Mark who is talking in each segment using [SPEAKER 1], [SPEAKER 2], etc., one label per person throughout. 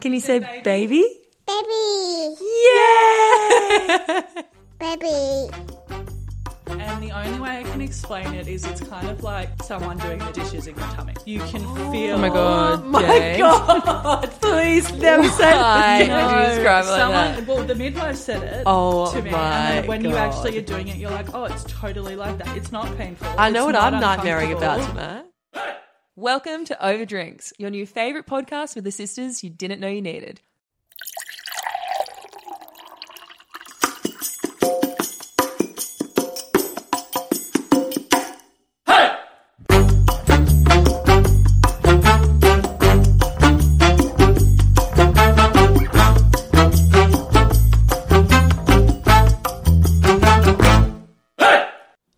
[SPEAKER 1] Can you say baby?
[SPEAKER 2] Baby.
[SPEAKER 3] Oh
[SPEAKER 1] Yeah!
[SPEAKER 2] Baby.
[SPEAKER 4] And the only way I can explain it is it's kind of like someone doing the dishes in your tummy. You can feel.
[SPEAKER 3] Oh my god.
[SPEAKER 1] My
[SPEAKER 3] James.
[SPEAKER 1] God! Please never say
[SPEAKER 3] Why
[SPEAKER 1] that.
[SPEAKER 3] did you describe it like
[SPEAKER 4] someone,
[SPEAKER 3] that?
[SPEAKER 4] Well, the midwife said it
[SPEAKER 3] Oh
[SPEAKER 4] to me,
[SPEAKER 3] my
[SPEAKER 4] and then when you
[SPEAKER 3] God.
[SPEAKER 4] actually are doing it, you're like, "Oh, it's totally like that. It's not painful."
[SPEAKER 3] I know
[SPEAKER 4] It's
[SPEAKER 3] what
[SPEAKER 4] not
[SPEAKER 3] I'm nightmaring about
[SPEAKER 4] uncomfortable."
[SPEAKER 3] tonight.
[SPEAKER 1] Welcome to Overdrinks, your new favorite podcast with the sisters you didn't know you needed.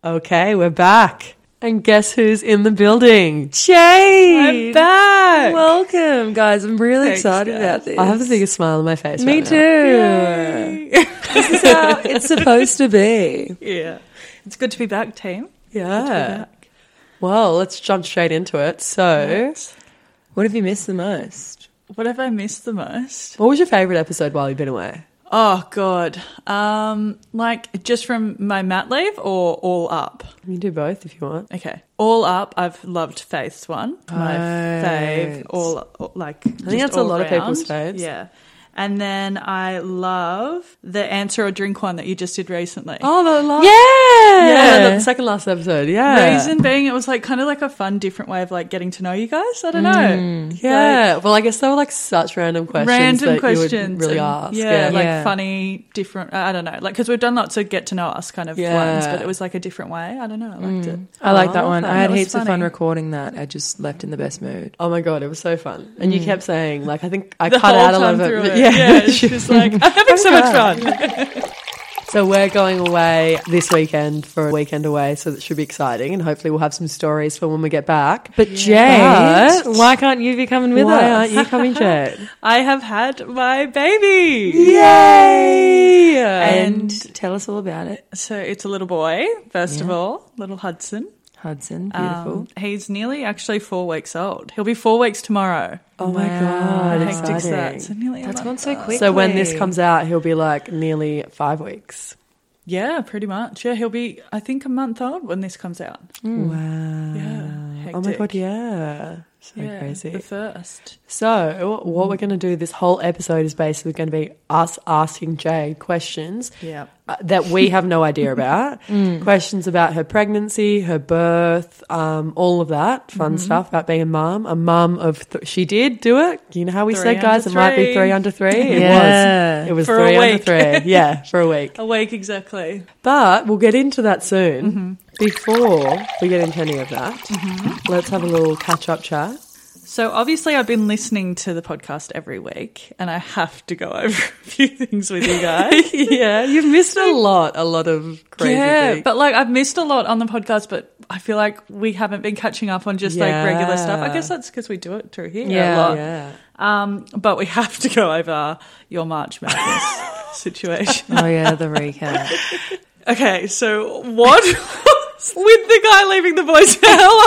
[SPEAKER 3] Okay, we're back. And guess who's in the building?
[SPEAKER 1] Jade!
[SPEAKER 3] I'm back.
[SPEAKER 1] Welcome, guys. I'm really
[SPEAKER 3] Thanks,
[SPEAKER 1] excited
[SPEAKER 3] guys.
[SPEAKER 1] about this.
[SPEAKER 3] I have the biggest smile on my face.
[SPEAKER 1] Me
[SPEAKER 3] right
[SPEAKER 1] too. this is how it's supposed to be.
[SPEAKER 4] Yeah, it's good to be back, team.
[SPEAKER 3] Now. Yeah. Well, let's jump straight into it. So,
[SPEAKER 1] What have you missed the most?
[SPEAKER 4] What have I missed the most?
[SPEAKER 3] what was your favorite episode while you've been away?
[SPEAKER 4] Oh God, um, like just from my mat leave or all up.
[SPEAKER 3] You can do both if you want.
[SPEAKER 4] Okay, all up. I've loved Faith's one. My
[SPEAKER 3] Right.
[SPEAKER 4] fave. All like. I think
[SPEAKER 3] that's a lot of people's faves.
[SPEAKER 4] Yeah, and then I love the answer or drink one that you just did recently.
[SPEAKER 3] Oh, the last.
[SPEAKER 1] Yeah!
[SPEAKER 3] Yeah, the second last episode. Yeah.
[SPEAKER 4] Reason being, it was like kind of like a fun, different way of like getting to know you guys. I don't know.
[SPEAKER 3] Mm. Yeah. well, I guess they were like such random questions.
[SPEAKER 4] Random
[SPEAKER 3] that
[SPEAKER 4] questions.
[SPEAKER 3] You would really
[SPEAKER 4] and-
[SPEAKER 3] ask.
[SPEAKER 4] Yeah, like
[SPEAKER 1] Yeah.
[SPEAKER 4] funny, different. I don't know. Like, because we've done lots of get to know us kind of
[SPEAKER 3] Yeah. Mm.
[SPEAKER 4] ones, but it was like a different way. I don't know. I liked it.
[SPEAKER 1] I like that
[SPEAKER 3] love
[SPEAKER 1] one.
[SPEAKER 3] that.
[SPEAKER 1] I had
[SPEAKER 4] That was
[SPEAKER 1] heaps of fun
[SPEAKER 4] funny.
[SPEAKER 1] recording that. I just left in the best mood.
[SPEAKER 3] Oh my god, it was so fun. And you kept saying, like, I think I
[SPEAKER 4] Mm. The
[SPEAKER 3] cut
[SPEAKER 4] whole
[SPEAKER 3] out a lot
[SPEAKER 4] time
[SPEAKER 3] of it.
[SPEAKER 4] through
[SPEAKER 3] but
[SPEAKER 4] it.
[SPEAKER 3] Yeah.
[SPEAKER 4] it's just like, I'm having so much fun.
[SPEAKER 3] So we're going away this weekend for a weekend away, so that should be exciting, and hopefully we'll have some stories for when we get back.
[SPEAKER 1] But
[SPEAKER 3] Yeah.
[SPEAKER 1] Jade, why can't you be coming with
[SPEAKER 3] why
[SPEAKER 1] us?
[SPEAKER 3] aren't you coming, Jade?
[SPEAKER 4] I have had my baby.
[SPEAKER 3] Yay!
[SPEAKER 1] And, tell us all about it,
[SPEAKER 4] So it's a little boy, first of all, little Hudson.
[SPEAKER 1] Hudson.
[SPEAKER 4] Um,
[SPEAKER 1] Beautiful.
[SPEAKER 4] he's nearly actually four weeks old. He'll be four weeks tomorrow.
[SPEAKER 3] oh my god,
[SPEAKER 4] How hectic's that? So
[SPEAKER 3] exciting!
[SPEAKER 4] nearly a
[SPEAKER 1] That's
[SPEAKER 4] month.
[SPEAKER 1] gone so quickly.
[SPEAKER 3] So when this comes out, he'll be like nearly five weeks.
[SPEAKER 4] Yeah, pretty much. Yeah, he'll be, I think, a month old when this comes out.
[SPEAKER 3] Wow!
[SPEAKER 4] Mm. Yeah.
[SPEAKER 3] Oh my
[SPEAKER 4] hectic.
[SPEAKER 3] god! Yeah, so
[SPEAKER 4] Yeah,
[SPEAKER 3] crazy.
[SPEAKER 4] The first.
[SPEAKER 3] So, what we're going to do this whole episode is basically going to be us asking Jade questions
[SPEAKER 4] Yeah. Mm.
[SPEAKER 3] uh, that we have no idea about. Questions about her pregnancy, her birth, um, all of that fun
[SPEAKER 4] Mm-hmm.
[SPEAKER 3] stuff about being a mum. A mum of th- she did do it. You know how we
[SPEAKER 4] Three
[SPEAKER 3] said, guys, it
[SPEAKER 4] under
[SPEAKER 3] might be
[SPEAKER 4] three.
[SPEAKER 3] three under three. It
[SPEAKER 1] Yeah.
[SPEAKER 3] was. It was
[SPEAKER 4] For a
[SPEAKER 3] three
[SPEAKER 4] week.
[SPEAKER 3] under three. Yeah, for a week.
[SPEAKER 4] A week exactly.
[SPEAKER 3] But we'll get into that soon.
[SPEAKER 4] Mm-hmm.
[SPEAKER 3] Before we get into any of that, let's have a little catch up chat.
[SPEAKER 4] So obviously, I've been listening to the podcast every week, and I have to go over a few things with you guys.
[SPEAKER 3] yeah, you've missed a lot, a lot of crazy
[SPEAKER 4] yeah,
[SPEAKER 3] things.
[SPEAKER 4] but like I've missed a lot on the podcast, but I feel like we haven't been catching up on just
[SPEAKER 3] Yeah.
[SPEAKER 4] like regular stuff. I guess that's because we do it through here
[SPEAKER 1] Yeah.
[SPEAKER 4] a lot.
[SPEAKER 3] yeah. Uh,
[SPEAKER 4] Um, but we have to go over your March Madness situation.
[SPEAKER 1] Oh yeah, the recap.
[SPEAKER 4] Okay, so what was with the guy leaving the voicemail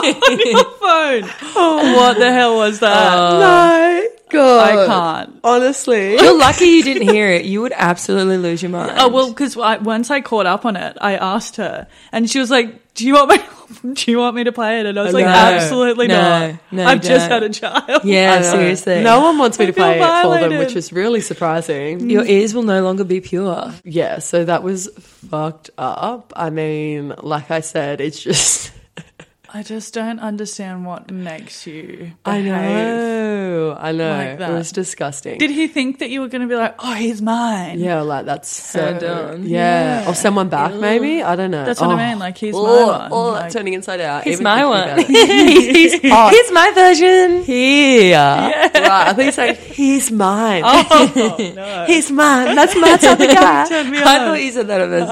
[SPEAKER 4] on your phone? what the hell was that?
[SPEAKER 3] my
[SPEAKER 4] Uh,
[SPEAKER 1] Oh.
[SPEAKER 4] I
[SPEAKER 3] God.
[SPEAKER 4] can't.
[SPEAKER 3] Honestly.
[SPEAKER 1] You're lucky you didn't hear it. You would absolutely lose your mind.
[SPEAKER 4] Oh well, because I, once I caught up on it, I asked her, and she was like, "Do you want my? Do you want me to play it?" And I was like,
[SPEAKER 1] Oh, No,
[SPEAKER 4] "Absolutely
[SPEAKER 1] no,
[SPEAKER 4] not.
[SPEAKER 1] no,
[SPEAKER 4] I've just
[SPEAKER 1] don't.
[SPEAKER 4] had a child."
[SPEAKER 1] yeah, seriously.
[SPEAKER 3] No one wants me to
[SPEAKER 4] feel
[SPEAKER 3] play it for them,
[SPEAKER 4] violated. Mm.
[SPEAKER 3] which is really surprising.
[SPEAKER 1] your ears will no longer be pure.
[SPEAKER 3] Yeah, so that was fucked up. I mean, like I said, it's just.
[SPEAKER 4] I just don't understand what makes you.
[SPEAKER 3] I
[SPEAKER 4] behave.
[SPEAKER 3] know. I know.
[SPEAKER 4] Like that.
[SPEAKER 3] it was disgusting.
[SPEAKER 4] Did he think that you were going to be like, "Oh, he's mine"?
[SPEAKER 3] yeah, like that's so.
[SPEAKER 1] How dumb.
[SPEAKER 3] Yeah. Or someone back, maybe? I don't know.
[SPEAKER 4] That's what
[SPEAKER 3] Oh.
[SPEAKER 4] I mean. Like he's
[SPEAKER 3] Oh,
[SPEAKER 4] mine.
[SPEAKER 3] oh,
[SPEAKER 4] like,
[SPEAKER 3] turning inside out.
[SPEAKER 1] He's
[SPEAKER 3] even
[SPEAKER 1] my
[SPEAKER 3] thinking
[SPEAKER 1] one.
[SPEAKER 3] about it.
[SPEAKER 1] he's, he's, he's my version.
[SPEAKER 3] here. Right. I think he's like, he's mine.
[SPEAKER 4] oh no.
[SPEAKER 3] He's mine. That's my type of guy.
[SPEAKER 4] Turn me
[SPEAKER 1] I
[SPEAKER 4] on. Ah.
[SPEAKER 1] thought you said that of us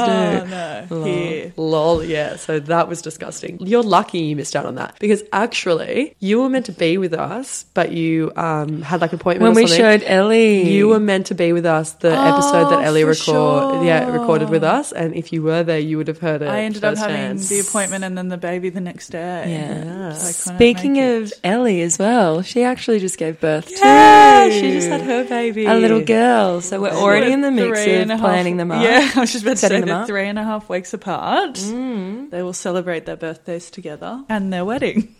[SPEAKER 1] too.
[SPEAKER 4] Oh no. Here.
[SPEAKER 3] Lol, yeah. So that was disgusting. You're lucky you missed out on that because actually you were meant to be with us, but you um, had like an appointment
[SPEAKER 1] When
[SPEAKER 3] or
[SPEAKER 1] we
[SPEAKER 3] something.
[SPEAKER 1] showed Oh, Ellie,
[SPEAKER 3] You were meant to be with us the episode that Ellie
[SPEAKER 4] for
[SPEAKER 3] record, yeah, recorded with us, and if you were there, you would have heard it.
[SPEAKER 4] I ended up having
[SPEAKER 3] firsthand.
[SPEAKER 4] the appointment and then the baby the next day.
[SPEAKER 1] Yeah.
[SPEAKER 4] So I couldn't
[SPEAKER 1] Speaking
[SPEAKER 4] make it.
[SPEAKER 1] of Ellie as well, she actually just gave birth
[SPEAKER 3] Yeah,
[SPEAKER 1] to
[SPEAKER 3] she just had her baby.
[SPEAKER 1] a little girl. So we're already in the mix
[SPEAKER 4] Three and a
[SPEAKER 1] of
[SPEAKER 4] half-
[SPEAKER 1] planning them up.
[SPEAKER 4] Yeah, I was just about to
[SPEAKER 1] Setting
[SPEAKER 4] say
[SPEAKER 1] them
[SPEAKER 4] they're
[SPEAKER 1] up.
[SPEAKER 4] three and a half weeks apart. Mm. They will celebrate their birthdays together and their wedding.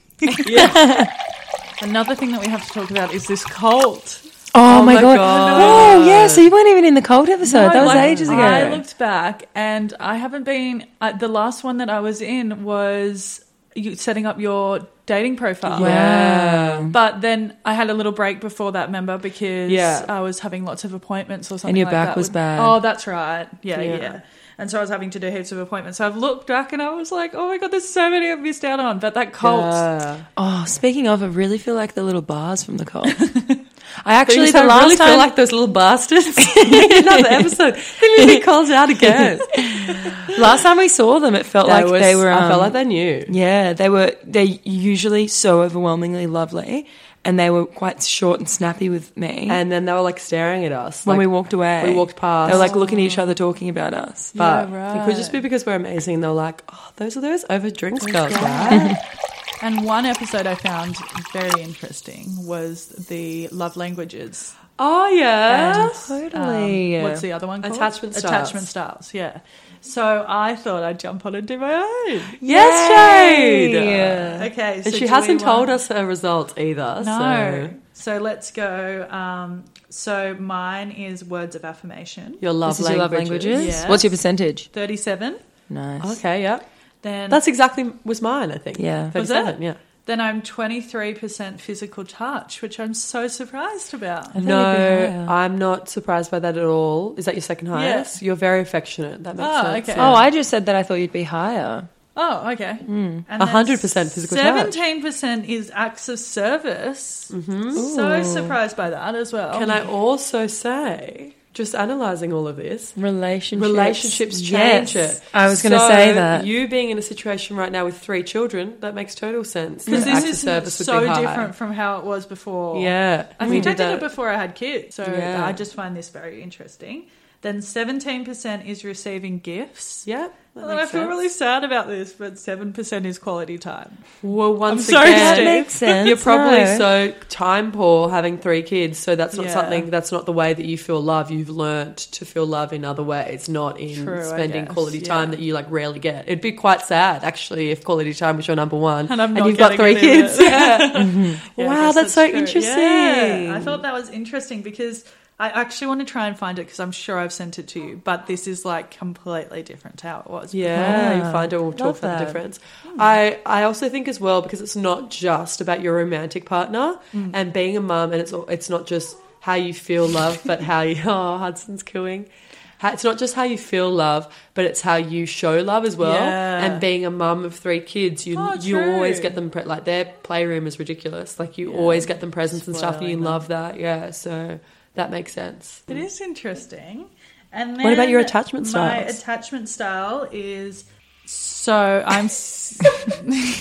[SPEAKER 4] Another thing that we have to talk about is this cult.
[SPEAKER 1] Oh, my,
[SPEAKER 3] my
[SPEAKER 1] god.
[SPEAKER 3] God.
[SPEAKER 1] Oh yeah, so you weren't even in the cold episode. Oh, that was
[SPEAKER 4] like,
[SPEAKER 1] ages ago.
[SPEAKER 4] I looked back and I haven't been. Uh, the last one that I was in was you setting up your dating profile.
[SPEAKER 1] wow.
[SPEAKER 4] But then I had a little break before that, member, because
[SPEAKER 3] Yeah.
[SPEAKER 4] I was having lots of appointments or something.
[SPEAKER 1] your
[SPEAKER 4] like
[SPEAKER 1] back
[SPEAKER 4] that
[SPEAKER 1] was
[SPEAKER 4] with-
[SPEAKER 1] bad.
[SPEAKER 4] Oh, that's right. Yeah,
[SPEAKER 3] Yeah.
[SPEAKER 4] yeah, And so I was having to do heaps of appointments. So I've looked back and I was like, oh my god, there's so many I've missed out on. But that cult,
[SPEAKER 3] Yeah.
[SPEAKER 1] Oh, speaking of, I really feel like the little bars from the cold. I actually
[SPEAKER 3] Actually,
[SPEAKER 1] the last
[SPEAKER 3] really
[SPEAKER 1] time
[SPEAKER 3] feel like those little bastards. Another episode. They need to be called out again.
[SPEAKER 1] last time we saw them, it felt like
[SPEAKER 3] was-
[SPEAKER 1] they were. Um,
[SPEAKER 3] I felt like they knew.
[SPEAKER 1] Yeah, they were. They usually so overwhelmingly lovely, and they were quite short and snappy with me.
[SPEAKER 3] And then they were like staring at us
[SPEAKER 1] when
[SPEAKER 3] like,
[SPEAKER 1] we walked away,
[SPEAKER 3] we walked past.
[SPEAKER 1] They were like looking at each other, talking about us.
[SPEAKER 3] But
[SPEAKER 4] Yeah,
[SPEAKER 3] it could just be because we're amazing. And they're like, oh, those are those over drinks girls, right?
[SPEAKER 4] and one episode I found very interesting was the love languages.
[SPEAKER 3] oh yeah.
[SPEAKER 4] And,
[SPEAKER 1] totally.
[SPEAKER 4] um, what's the other one called?
[SPEAKER 3] Attachment styles.
[SPEAKER 4] Attachment styles, yeah. So I thought I'd jump on and do my own.
[SPEAKER 3] yes,
[SPEAKER 1] Yay!
[SPEAKER 3] Jade.
[SPEAKER 4] Okay.
[SPEAKER 3] And she hasn't told us her results either.
[SPEAKER 4] No.
[SPEAKER 3] So
[SPEAKER 4] So, let's go. Um, so mine is words of affirmation.
[SPEAKER 3] your love
[SPEAKER 1] This is your love languages.
[SPEAKER 4] Yes.
[SPEAKER 1] What's your percentage?
[SPEAKER 4] Thirty-seven.
[SPEAKER 1] Nice.
[SPEAKER 3] Okay, yeah.
[SPEAKER 4] Then
[SPEAKER 3] That's exactly was mine, I think.
[SPEAKER 1] Yeah.
[SPEAKER 4] Was
[SPEAKER 3] 37,
[SPEAKER 4] it?
[SPEAKER 3] yeah.
[SPEAKER 4] then I'm twenty-three percent physical touch, which I'm so surprised about.
[SPEAKER 1] I thought
[SPEAKER 3] No,
[SPEAKER 1] it'd be higher.
[SPEAKER 3] I'm not surprised by that at all. Is that your second highest? You're very affectionate. That makes
[SPEAKER 4] Oh,
[SPEAKER 3] sense.
[SPEAKER 4] okay.
[SPEAKER 3] yeah.
[SPEAKER 1] Oh, I just said that I thought you'd be higher.
[SPEAKER 4] Oh, okay.
[SPEAKER 3] Hmm.
[SPEAKER 4] And
[SPEAKER 3] 100% physical touch.
[SPEAKER 4] Seventeen percent is acts of service. So surprised by that as well.
[SPEAKER 3] Mm-hmm. Can I also say, just analysing all of this,
[SPEAKER 1] Relationships.
[SPEAKER 3] relationships
[SPEAKER 1] Yes.
[SPEAKER 3] change it.
[SPEAKER 1] I was going to
[SPEAKER 3] So,
[SPEAKER 1] say that.
[SPEAKER 3] You being in a situation right now with three children, that makes total sense.
[SPEAKER 4] Because
[SPEAKER 3] That acts of
[SPEAKER 4] this is
[SPEAKER 3] service would
[SPEAKER 4] so
[SPEAKER 3] be high.
[SPEAKER 4] different from how it was before.
[SPEAKER 3] Yeah.
[SPEAKER 4] I
[SPEAKER 3] We
[SPEAKER 4] think I
[SPEAKER 3] did
[SPEAKER 4] did it
[SPEAKER 3] that.
[SPEAKER 4] before I had kids, so
[SPEAKER 3] Yeah.
[SPEAKER 4] I just find this very interesting. Then seventeen percent is receiving gifts.
[SPEAKER 3] Yeah. that
[SPEAKER 4] Although I
[SPEAKER 3] makes
[SPEAKER 4] feel
[SPEAKER 3] sense.
[SPEAKER 4] really sad about this, but seven percent is quality time.
[SPEAKER 3] Well, once
[SPEAKER 4] sorry,
[SPEAKER 3] again,
[SPEAKER 4] Steve.
[SPEAKER 1] That makes sense,
[SPEAKER 3] You're probably
[SPEAKER 1] no.
[SPEAKER 3] so time poor having three kids, so that's not
[SPEAKER 4] Yeah.
[SPEAKER 3] something. That's not the way that you feel love. You've learnt to feel love in other ways, not in
[SPEAKER 4] True, I
[SPEAKER 3] spending
[SPEAKER 4] guess,
[SPEAKER 3] quality
[SPEAKER 4] yeah.
[SPEAKER 3] time that you like rarely get. It'd be quite sad actually if quality time was your number one,
[SPEAKER 4] And I'm not
[SPEAKER 3] you've got
[SPEAKER 4] getting
[SPEAKER 3] three
[SPEAKER 4] it either.
[SPEAKER 3] kids. Yeah.
[SPEAKER 4] Yeah, I
[SPEAKER 3] wow,
[SPEAKER 4] guess
[SPEAKER 3] that's, so
[SPEAKER 4] true.
[SPEAKER 3] interesting.
[SPEAKER 4] Yeah, I thought that was interesting because I actually want to try and find it because I'm sure I've sent it to you, but this is like completely different to how it was.
[SPEAKER 3] Yeah,
[SPEAKER 1] Yeah.
[SPEAKER 3] you find it. We'll talk
[SPEAKER 1] Love
[SPEAKER 3] about
[SPEAKER 1] that.
[SPEAKER 3] the difference. I I also think as well because it's not just about your romantic partner and being a mum, and it's al- it's not just how you feel love, but how you oh Hudson's cooing. How- It's not just how you feel love, but it's how you show love as well.
[SPEAKER 4] Yeah.
[SPEAKER 3] And being a mum of three kids, you
[SPEAKER 4] Oh,
[SPEAKER 3] you always
[SPEAKER 4] true.
[SPEAKER 3] get them pre- like their playroom is ridiculous. Like you always get them presents and stuff, and you
[SPEAKER 4] Spoiling them.
[SPEAKER 3] love that. Yeah, so that makes sense.
[SPEAKER 4] It is interesting. And then
[SPEAKER 3] What about your attachment
[SPEAKER 4] My
[SPEAKER 3] styles?
[SPEAKER 4] attachment style is so I'm s-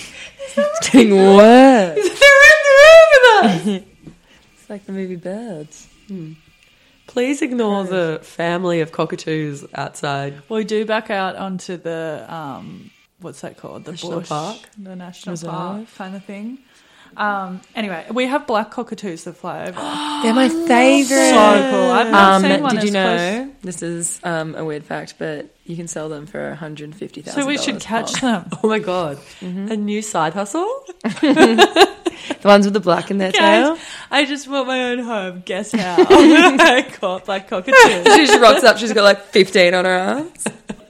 [SPEAKER 1] Getting worse.
[SPEAKER 4] they're in the room with us.
[SPEAKER 1] It's like the movie Birds.
[SPEAKER 3] Please ignore the family of cockatoos outside.
[SPEAKER 4] We do back out onto the um, what's that called? The
[SPEAKER 3] National
[SPEAKER 4] bush,
[SPEAKER 3] park?
[SPEAKER 4] the national
[SPEAKER 1] Reserve.
[SPEAKER 4] park kind of thing. Um, anyway, we have black cockatoos that fly over.
[SPEAKER 1] They're my favorite.
[SPEAKER 4] so cool! I've not
[SPEAKER 1] Um,
[SPEAKER 4] seen one
[SPEAKER 1] did you
[SPEAKER 4] as
[SPEAKER 1] know
[SPEAKER 4] close-
[SPEAKER 1] this is um, a weird fact, but you can sell them for one hundred fifty thousand.
[SPEAKER 4] So we should catch them.
[SPEAKER 3] Oh my god, a new side hustle?
[SPEAKER 1] the ones with the black in their tail.
[SPEAKER 4] Guys, I just want my own home. Guess how? I caught black cockatoos.
[SPEAKER 1] she just rocks up. She's got like fifteen on her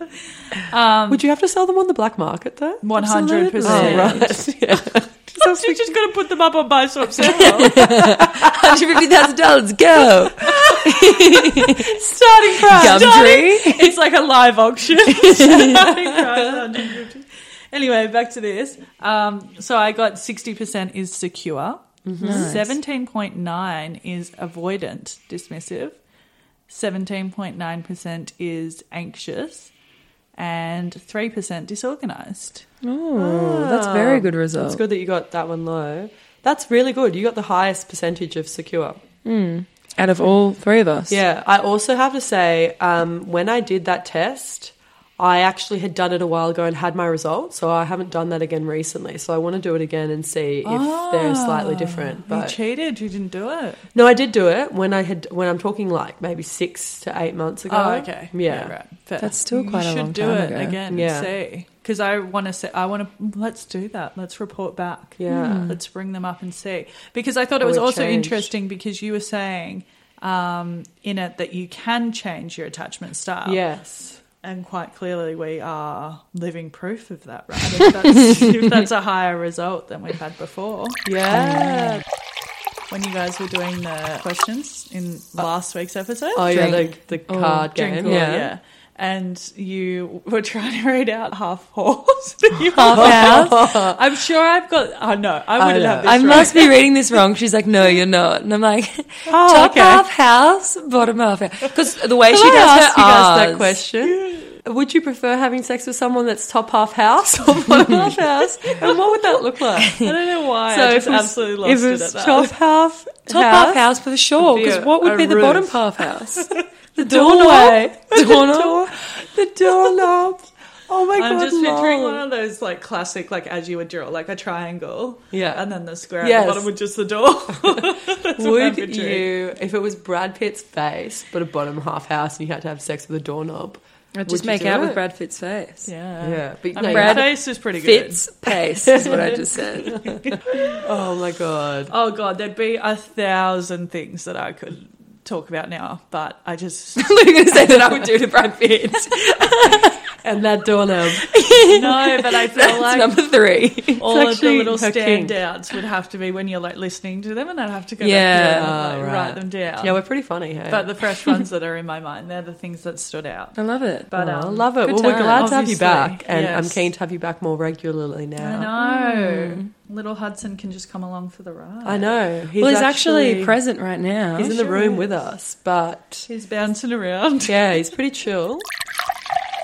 [SPEAKER 1] arms.
[SPEAKER 3] Would you have to sell them on the black market though?
[SPEAKER 4] One hundred
[SPEAKER 3] Oh,
[SPEAKER 4] percent.
[SPEAKER 3] right. Yeah.
[SPEAKER 4] You're just gonna put them up on buy swap sale.
[SPEAKER 1] One hundred fifty thousand dollars. Go.
[SPEAKER 4] Starting price.
[SPEAKER 1] Gumtree.
[SPEAKER 4] It's like a live auction. Starting price, 150. anyway, back to this. Um, so I got 60% is secure. 17.9 is avoidant, dismissive. 17.9% is anxious. and 3% disorganized.
[SPEAKER 5] Oh, that's very good result.
[SPEAKER 3] It's good that you got that one low. That's really good. You got the highest percentage of secure.
[SPEAKER 5] Out of all three of us.
[SPEAKER 3] Yeah, I also have to say, um, when I did that test, I actually had done it a while ago and had my results, so I haven't done that again recently. So I want to do it again and see if they're slightly different.
[SPEAKER 4] you
[SPEAKER 3] But
[SPEAKER 4] cheated, you didn't do it.
[SPEAKER 3] no, I did do it when I had when I'm talking like maybe six to eight months ago. Oh, yeah,
[SPEAKER 4] Oh, right. Fair.
[SPEAKER 5] That's still quite
[SPEAKER 4] you
[SPEAKER 5] a
[SPEAKER 4] should
[SPEAKER 5] long
[SPEAKER 4] do
[SPEAKER 5] time
[SPEAKER 4] it
[SPEAKER 5] ago.
[SPEAKER 4] again
[SPEAKER 3] Yeah.
[SPEAKER 4] and see. Because I want to say, I want to, let's do that. Let's report back. Hmm.
[SPEAKER 3] Yeah. Mm.
[SPEAKER 4] Let's bring them up and see. Because I thought it
[SPEAKER 3] Or
[SPEAKER 4] was
[SPEAKER 3] we've
[SPEAKER 4] also
[SPEAKER 3] changed.
[SPEAKER 4] interesting because you were saying um, in it that you can change your attachment
[SPEAKER 3] Oh.
[SPEAKER 4] style.
[SPEAKER 3] yes.
[SPEAKER 4] And quite clearly, we are living proof of that, right? If that's, if that's a higher result than we've had before.
[SPEAKER 3] Yeah.
[SPEAKER 4] When you guys were doing the questions in last week's episode.
[SPEAKER 3] Uh, Oh yeah, the, the
[SPEAKER 5] Oh,
[SPEAKER 3] card
[SPEAKER 4] drink
[SPEAKER 3] game.
[SPEAKER 4] or-
[SPEAKER 3] yeah.
[SPEAKER 4] yeah. And you were trying to read out half horse. that you
[SPEAKER 5] Half
[SPEAKER 4] house. I'm sure I've got. Oh no, I wouldn't
[SPEAKER 3] know.
[SPEAKER 4] have this.
[SPEAKER 5] I
[SPEAKER 4] right.
[SPEAKER 5] must be reading this wrong. She's like, no, you're not. And I'm like, top
[SPEAKER 4] Oh, okay.
[SPEAKER 5] half house, bottom half house. Because the way she
[SPEAKER 3] Can I
[SPEAKER 5] does
[SPEAKER 3] ask
[SPEAKER 5] her
[SPEAKER 3] you guys
[SPEAKER 5] Rs.
[SPEAKER 3] that question? Would you prefer having sex with someone that's top half house or bottom half house? And what would that look like?
[SPEAKER 4] I don't know why.
[SPEAKER 3] So
[SPEAKER 4] I
[SPEAKER 3] if
[SPEAKER 4] just
[SPEAKER 3] it was-
[SPEAKER 4] absolutely
[SPEAKER 3] if
[SPEAKER 4] lost
[SPEAKER 3] it
[SPEAKER 4] it,
[SPEAKER 3] was
[SPEAKER 4] at that.
[SPEAKER 3] top half,
[SPEAKER 5] Top half house for sure.
[SPEAKER 3] would be
[SPEAKER 5] Because
[SPEAKER 3] a-
[SPEAKER 5] Oh, what would
[SPEAKER 3] a
[SPEAKER 5] be the
[SPEAKER 3] roof.
[SPEAKER 5] bottom half house?
[SPEAKER 3] the
[SPEAKER 5] doorway.
[SPEAKER 3] doorway,
[SPEAKER 5] Doorknob.
[SPEAKER 3] the doorknob. Oh my
[SPEAKER 4] I'm
[SPEAKER 3] god,
[SPEAKER 4] just picturing
[SPEAKER 3] lol.
[SPEAKER 4] one of those like classic, like as you would draw, like a triangle.
[SPEAKER 3] Yeah.
[SPEAKER 4] and then the square at
[SPEAKER 3] Yes.
[SPEAKER 4] the bottom with just the door.
[SPEAKER 3] Would
[SPEAKER 4] picture.
[SPEAKER 3] you, if it was Brad Pitt's face but a bottom half house, and you had to have sex with a doorknob?
[SPEAKER 5] I'd
[SPEAKER 3] would
[SPEAKER 5] just
[SPEAKER 3] you
[SPEAKER 5] make
[SPEAKER 3] do
[SPEAKER 5] out
[SPEAKER 3] it?
[SPEAKER 5] with Brad Fitt's face.
[SPEAKER 4] yeah,
[SPEAKER 3] Yeah, but
[SPEAKER 4] I
[SPEAKER 3] no,
[SPEAKER 4] mean,
[SPEAKER 5] Brad
[SPEAKER 4] Brad face was pretty good.
[SPEAKER 5] Fitz pace is what I just said.
[SPEAKER 3] oh my god.
[SPEAKER 4] Oh god, there'd be a thousand things that I could talk about now, but I just
[SPEAKER 5] I'm going to say that I would do to Brad Pitt.
[SPEAKER 3] And that doorknob.
[SPEAKER 4] no. But I feel
[SPEAKER 5] That's
[SPEAKER 4] like
[SPEAKER 5] number three.
[SPEAKER 4] all
[SPEAKER 3] It's
[SPEAKER 4] of the
[SPEAKER 3] actually
[SPEAKER 4] little
[SPEAKER 3] her kink.
[SPEAKER 4] standouts would have to be when you're like listening to them, and I'd have to go
[SPEAKER 5] Yeah.
[SPEAKER 4] back through and like,
[SPEAKER 3] Oh, right.
[SPEAKER 4] write them down.
[SPEAKER 3] Yeah, we're pretty funny, hey?
[SPEAKER 4] but the fresh ones that are in my mind, they're the things that stood out.
[SPEAKER 5] I love it.
[SPEAKER 4] But
[SPEAKER 3] I
[SPEAKER 4] um,
[SPEAKER 3] love it.
[SPEAKER 5] good
[SPEAKER 3] Well, we're
[SPEAKER 5] time.
[SPEAKER 3] glad to have you
[SPEAKER 4] Obviously,
[SPEAKER 3] back, and I'm
[SPEAKER 4] yes.
[SPEAKER 3] keen to have you back more regularly now.
[SPEAKER 4] I know little Hudson can just come along for the ride.
[SPEAKER 3] Hmm. I know. He's
[SPEAKER 5] well, he's actually, present right now.
[SPEAKER 3] He's in the room with us, but
[SPEAKER 4] He's bouncing around.
[SPEAKER 3] yeah, he's pretty chill.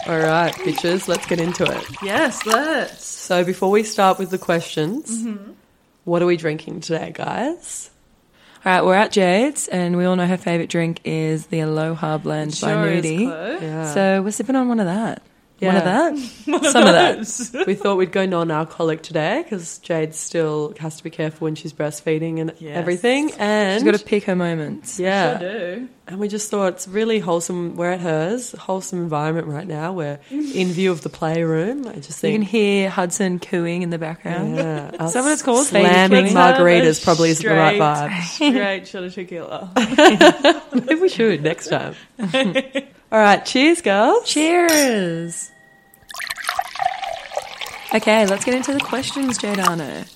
[SPEAKER 3] All right, bitches, let's get into it.
[SPEAKER 4] Yes, let's.
[SPEAKER 3] So, before we start with the questions, what are we drinking today, guys?
[SPEAKER 5] All right, we're at Jade's, and we all know her favourite drink is the Aloha Blend by
[SPEAKER 4] Sure is
[SPEAKER 5] Moody.
[SPEAKER 4] Chloe.
[SPEAKER 3] Yeah.
[SPEAKER 5] So we're sipping on one of that. One of
[SPEAKER 3] Yeah.
[SPEAKER 5] that. Some of that.
[SPEAKER 3] we thought we'd go non-alcoholic today because Jade still has to be careful when she's breastfeeding and
[SPEAKER 4] Yes.
[SPEAKER 3] everything. And
[SPEAKER 5] She's got to pick her moments.
[SPEAKER 3] yeah,
[SPEAKER 4] Sure do.
[SPEAKER 3] And we just thought it's really wholesome. We're at hers, wholesome environment right now. We're in view of the playroom. I just
[SPEAKER 5] You can
[SPEAKER 3] think,
[SPEAKER 5] hear Hudson coohing in the background.
[SPEAKER 3] yeah, our
[SPEAKER 5] Is that what it's called?
[SPEAKER 3] Slamming
[SPEAKER 5] Baby
[SPEAKER 4] Let's have
[SPEAKER 3] margaritas
[SPEAKER 4] a
[SPEAKER 3] probably isn't the right
[SPEAKER 4] straight-
[SPEAKER 3] vibe.
[SPEAKER 4] Straight shot of tequila.
[SPEAKER 3] Maybe we should next time. All right, cheers, girls.
[SPEAKER 5] Cheers. Okay, let's get into the questions, Jodano.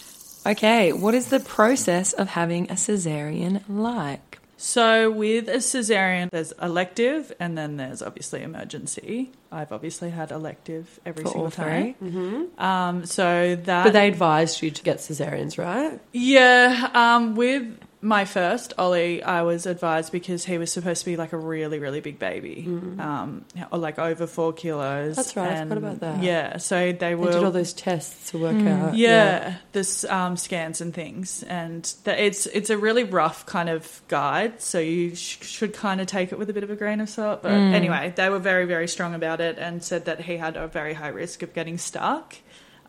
[SPEAKER 5] Okay, what is the process of having a cesarean like?
[SPEAKER 4] So with a cesarean, there's elective, and then there's obviously emergency. I've obviously had elective every
[SPEAKER 5] For all
[SPEAKER 4] single
[SPEAKER 5] three?
[SPEAKER 4] time. Um, so that,
[SPEAKER 3] But they advised you to get cesareans, right?
[SPEAKER 4] yeah. Um, with my first Ollie, I was advised because he was supposed to be like a really, really big baby, um, or like over four kilos.
[SPEAKER 3] Mm. That's right, I
[SPEAKER 4] and-
[SPEAKER 3] forgot about that.
[SPEAKER 4] Yeah. So they
[SPEAKER 3] They
[SPEAKER 4] were
[SPEAKER 3] did all those tests to work out.
[SPEAKER 4] yeah, this um, scans and things, and that it's it's a really rough kind of guide, so you sh- should kind of take it with a bit of a grain of salt. But
[SPEAKER 5] Mm.
[SPEAKER 4] anyway, they were very very strong about it and said that he had a very high risk of getting stuck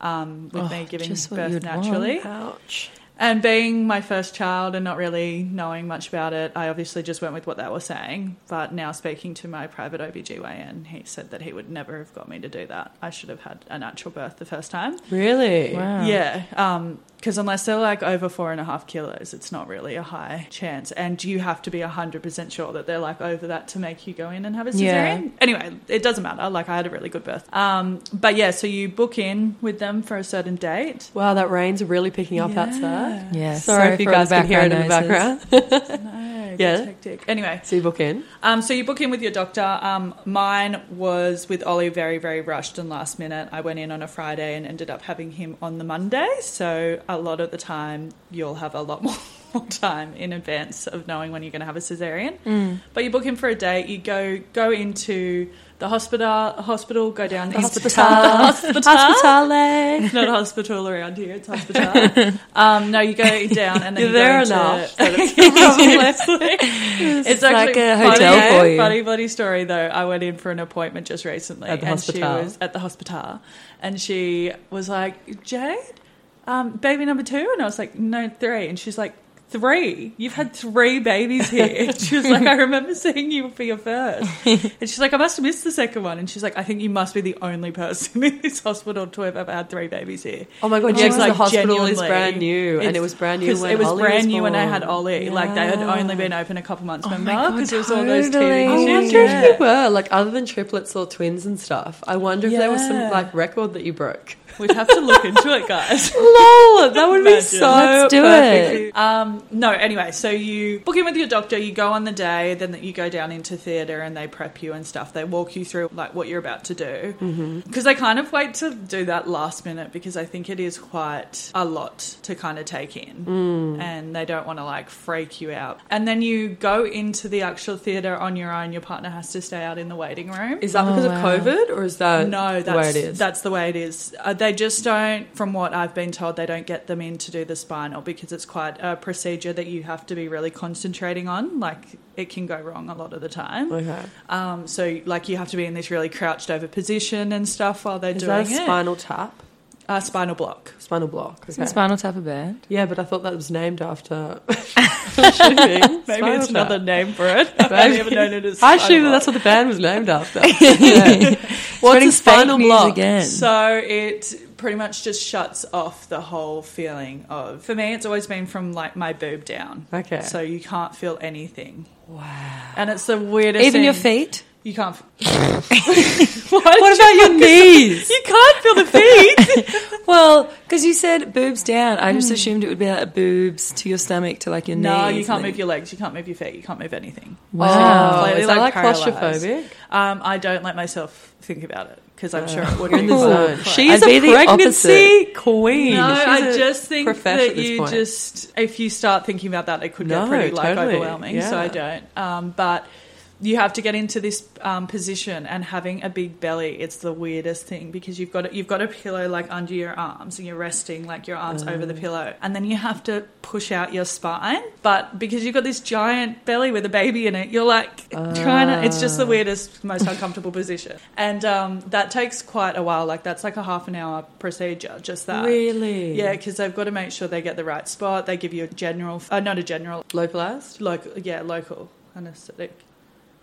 [SPEAKER 4] um, with me giving
[SPEAKER 5] Oh, just what
[SPEAKER 4] birth
[SPEAKER 5] you'd want.
[SPEAKER 4] naturally.
[SPEAKER 3] Ouch.
[SPEAKER 4] And being my first child and not really knowing much about it, I obviously just went with what they were saying. But now speaking to my private OBGYN, he said that he would never have got me to do that. I should have had a natural birth the first time.
[SPEAKER 3] Really?
[SPEAKER 5] Wow.
[SPEAKER 4] Um, Yeah, because unless they're like over four and a half kilos, it's not really a high chance. And you have to be 100% sure that they're like over that to make you go in and have a cesarean.
[SPEAKER 5] Yeah.
[SPEAKER 4] Anyway, it doesn't matter. Like, I had a really good birth. Um, but yeah, so you book in with them for a certain date.
[SPEAKER 3] Wow, that rain's really picking up outside.
[SPEAKER 5] Yeah,
[SPEAKER 3] Sorry, if you
[SPEAKER 5] for all
[SPEAKER 3] guys can hear it in the
[SPEAKER 5] noises.
[SPEAKER 3] background.
[SPEAKER 4] No,
[SPEAKER 3] Yeah.
[SPEAKER 4] that's hectic. Anyway,
[SPEAKER 3] so you book in.
[SPEAKER 4] Um, so you book in with your doctor. Um, mine was with Ollie, very, very rushed and last minute. I went in on a Friday and ended up having him on the Monday. So a lot of the time, you'll have a lot more more time in advance of knowing when you're going to have a cesarean. But you book him for a date. You go go into the hospital, hospital, go down the
[SPEAKER 3] hospital. Hospitale.
[SPEAKER 4] not hospital around here. It's hospital. um, no, you go down and then you
[SPEAKER 3] There
[SPEAKER 4] go into,
[SPEAKER 3] enough
[SPEAKER 4] it's, actually
[SPEAKER 1] like a hotel
[SPEAKER 4] funny,
[SPEAKER 1] for you.
[SPEAKER 4] Funny bloody story though. I went in for an appointment just recently,
[SPEAKER 3] At the
[SPEAKER 4] and
[SPEAKER 3] hospital.
[SPEAKER 4] she was at the hospital, and she was like, "Jade, um, baby number two? and I was like, "No, three. and she's like. Three. You've had three babies here. And She was like, I remember seeing you for your first. And she's like, I must have missed the second one. And she's like, I think you must be the only person in this hospital to have ever had three babies here.
[SPEAKER 3] Oh my god,
[SPEAKER 4] And I
[SPEAKER 3] yeah,
[SPEAKER 4] was
[SPEAKER 3] because the hospital is
[SPEAKER 4] genuinely-
[SPEAKER 3] brand new, and
[SPEAKER 4] It's-
[SPEAKER 3] it was brand new
[SPEAKER 4] 'cause
[SPEAKER 3] when
[SPEAKER 4] it was
[SPEAKER 3] Ollie
[SPEAKER 4] brand
[SPEAKER 3] was
[SPEAKER 4] new when I
[SPEAKER 3] born. Oh
[SPEAKER 4] had Ollie. Like they had only been open a couple months, remember?
[SPEAKER 1] God,
[SPEAKER 4] Because it was all those
[SPEAKER 1] totally.
[SPEAKER 4] TV
[SPEAKER 3] I
[SPEAKER 1] Yeah.
[SPEAKER 3] wonder
[SPEAKER 4] shows.
[SPEAKER 3] if you were like other than triplets or twins and stuff. I wonder if there was some
[SPEAKER 4] Yeah.
[SPEAKER 3] like record that you broke.
[SPEAKER 4] We'd have to look into it, guys.
[SPEAKER 3] Lol, that would be
[SPEAKER 4] Imagine.
[SPEAKER 3] so.
[SPEAKER 1] Let's do
[SPEAKER 3] perfect.
[SPEAKER 1] it.
[SPEAKER 4] Um, no, anyway, so you book in with your doctor, you go on the day, then you go down into theatre and they prep you and stuff. They walk you through like what you're about to do because they kind of wait to do that last minute because I think it is quite a lot to kind of take in and they don't want to like freak you out. And then you go into the actual theatre on your own. Your partner has to stay out in the waiting room.
[SPEAKER 3] Is that because
[SPEAKER 1] wow.
[SPEAKER 3] of COVID or is that
[SPEAKER 4] Oh, No,
[SPEAKER 3] the way
[SPEAKER 4] that's
[SPEAKER 3] it is?
[SPEAKER 4] that's the way it is. Uh, they just don't, from what I've been told, they don't get them in to do the spinal because it's quite a procedure that you have to be really concentrating on. Like it can go wrong a lot of the time.
[SPEAKER 3] okay.
[SPEAKER 4] Um, so like you have to be in this really crouched over position and stuff while they're
[SPEAKER 3] Is
[SPEAKER 4] doing
[SPEAKER 3] that a spinal tap?
[SPEAKER 4] it. Uh, spinal block.
[SPEAKER 3] Spinal block. Okay.
[SPEAKER 1] Spinal Tap a band.
[SPEAKER 3] yeah, but I thought that was named after. Maybe
[SPEAKER 4] Maybe it's another name for it. I've
[SPEAKER 3] Maybe.
[SPEAKER 4] never known it as. spinal
[SPEAKER 3] I assume that
[SPEAKER 4] block.
[SPEAKER 3] that's what the band was named after. Yeah. What's
[SPEAKER 1] Spreading
[SPEAKER 3] a spinal
[SPEAKER 1] fake news
[SPEAKER 3] block?
[SPEAKER 1] again.
[SPEAKER 4] So it pretty much just shuts off the whole feeling of. For me, it's always been from like my boob down.
[SPEAKER 3] Okay.
[SPEAKER 4] So you can't feel anything. Wow. And it's the weirdest.
[SPEAKER 1] Even your
[SPEAKER 4] thing.
[SPEAKER 1] feet.
[SPEAKER 4] You can't. f-
[SPEAKER 3] What about your knees?
[SPEAKER 4] You can't feel the feet.
[SPEAKER 1] Well, because you said boobs down, I just assumed it would be like boobs to your stomach to like your
[SPEAKER 4] no,
[SPEAKER 1] knees.
[SPEAKER 4] you
[SPEAKER 1] and
[SPEAKER 4] can't
[SPEAKER 1] then-
[SPEAKER 4] move your legs. You can't move your feet. You can't move anything.
[SPEAKER 3] Wow.
[SPEAKER 4] Completely,
[SPEAKER 3] Is that like
[SPEAKER 4] paralyzed.
[SPEAKER 3] claustrophobic?
[SPEAKER 4] Um, I don't let myself think about it because I'm sure it would
[SPEAKER 3] You're
[SPEAKER 4] be
[SPEAKER 3] in the
[SPEAKER 4] quite-
[SPEAKER 3] zone.
[SPEAKER 4] quite-
[SPEAKER 3] She's
[SPEAKER 1] I'd be
[SPEAKER 3] a
[SPEAKER 1] the
[SPEAKER 3] pregnancy queen.
[SPEAKER 4] No,
[SPEAKER 3] She's
[SPEAKER 4] I
[SPEAKER 3] a
[SPEAKER 4] just think
[SPEAKER 3] profesh at
[SPEAKER 4] that
[SPEAKER 3] this
[SPEAKER 4] you
[SPEAKER 3] point.
[SPEAKER 4] just if you start thinking about that, it could
[SPEAKER 3] No,
[SPEAKER 4] get pretty like
[SPEAKER 3] totally.
[SPEAKER 4] overwhelming. So
[SPEAKER 3] Yeah.
[SPEAKER 4] I don't. Um, but you have to get into this um, position and having a big belly. It's the weirdest thing because you've got you've got a pillow like under your arms and you're resting like your arms over the
[SPEAKER 3] Mm.
[SPEAKER 4] pillow, and then you have to push out your spine. But because you've got this giant belly with a baby in it, you're like trying to. It's
[SPEAKER 3] Ah.
[SPEAKER 4] just the weirdest, most uncomfortable position, and um, that takes quite a while. Like that's like a half an hour procedure. Just that
[SPEAKER 3] Really?
[SPEAKER 4] yeah, because they've got to make sure they get the right spot. They give you a general, uh, not a general,
[SPEAKER 3] localized.
[SPEAKER 4] local, yeah, local anesthetic.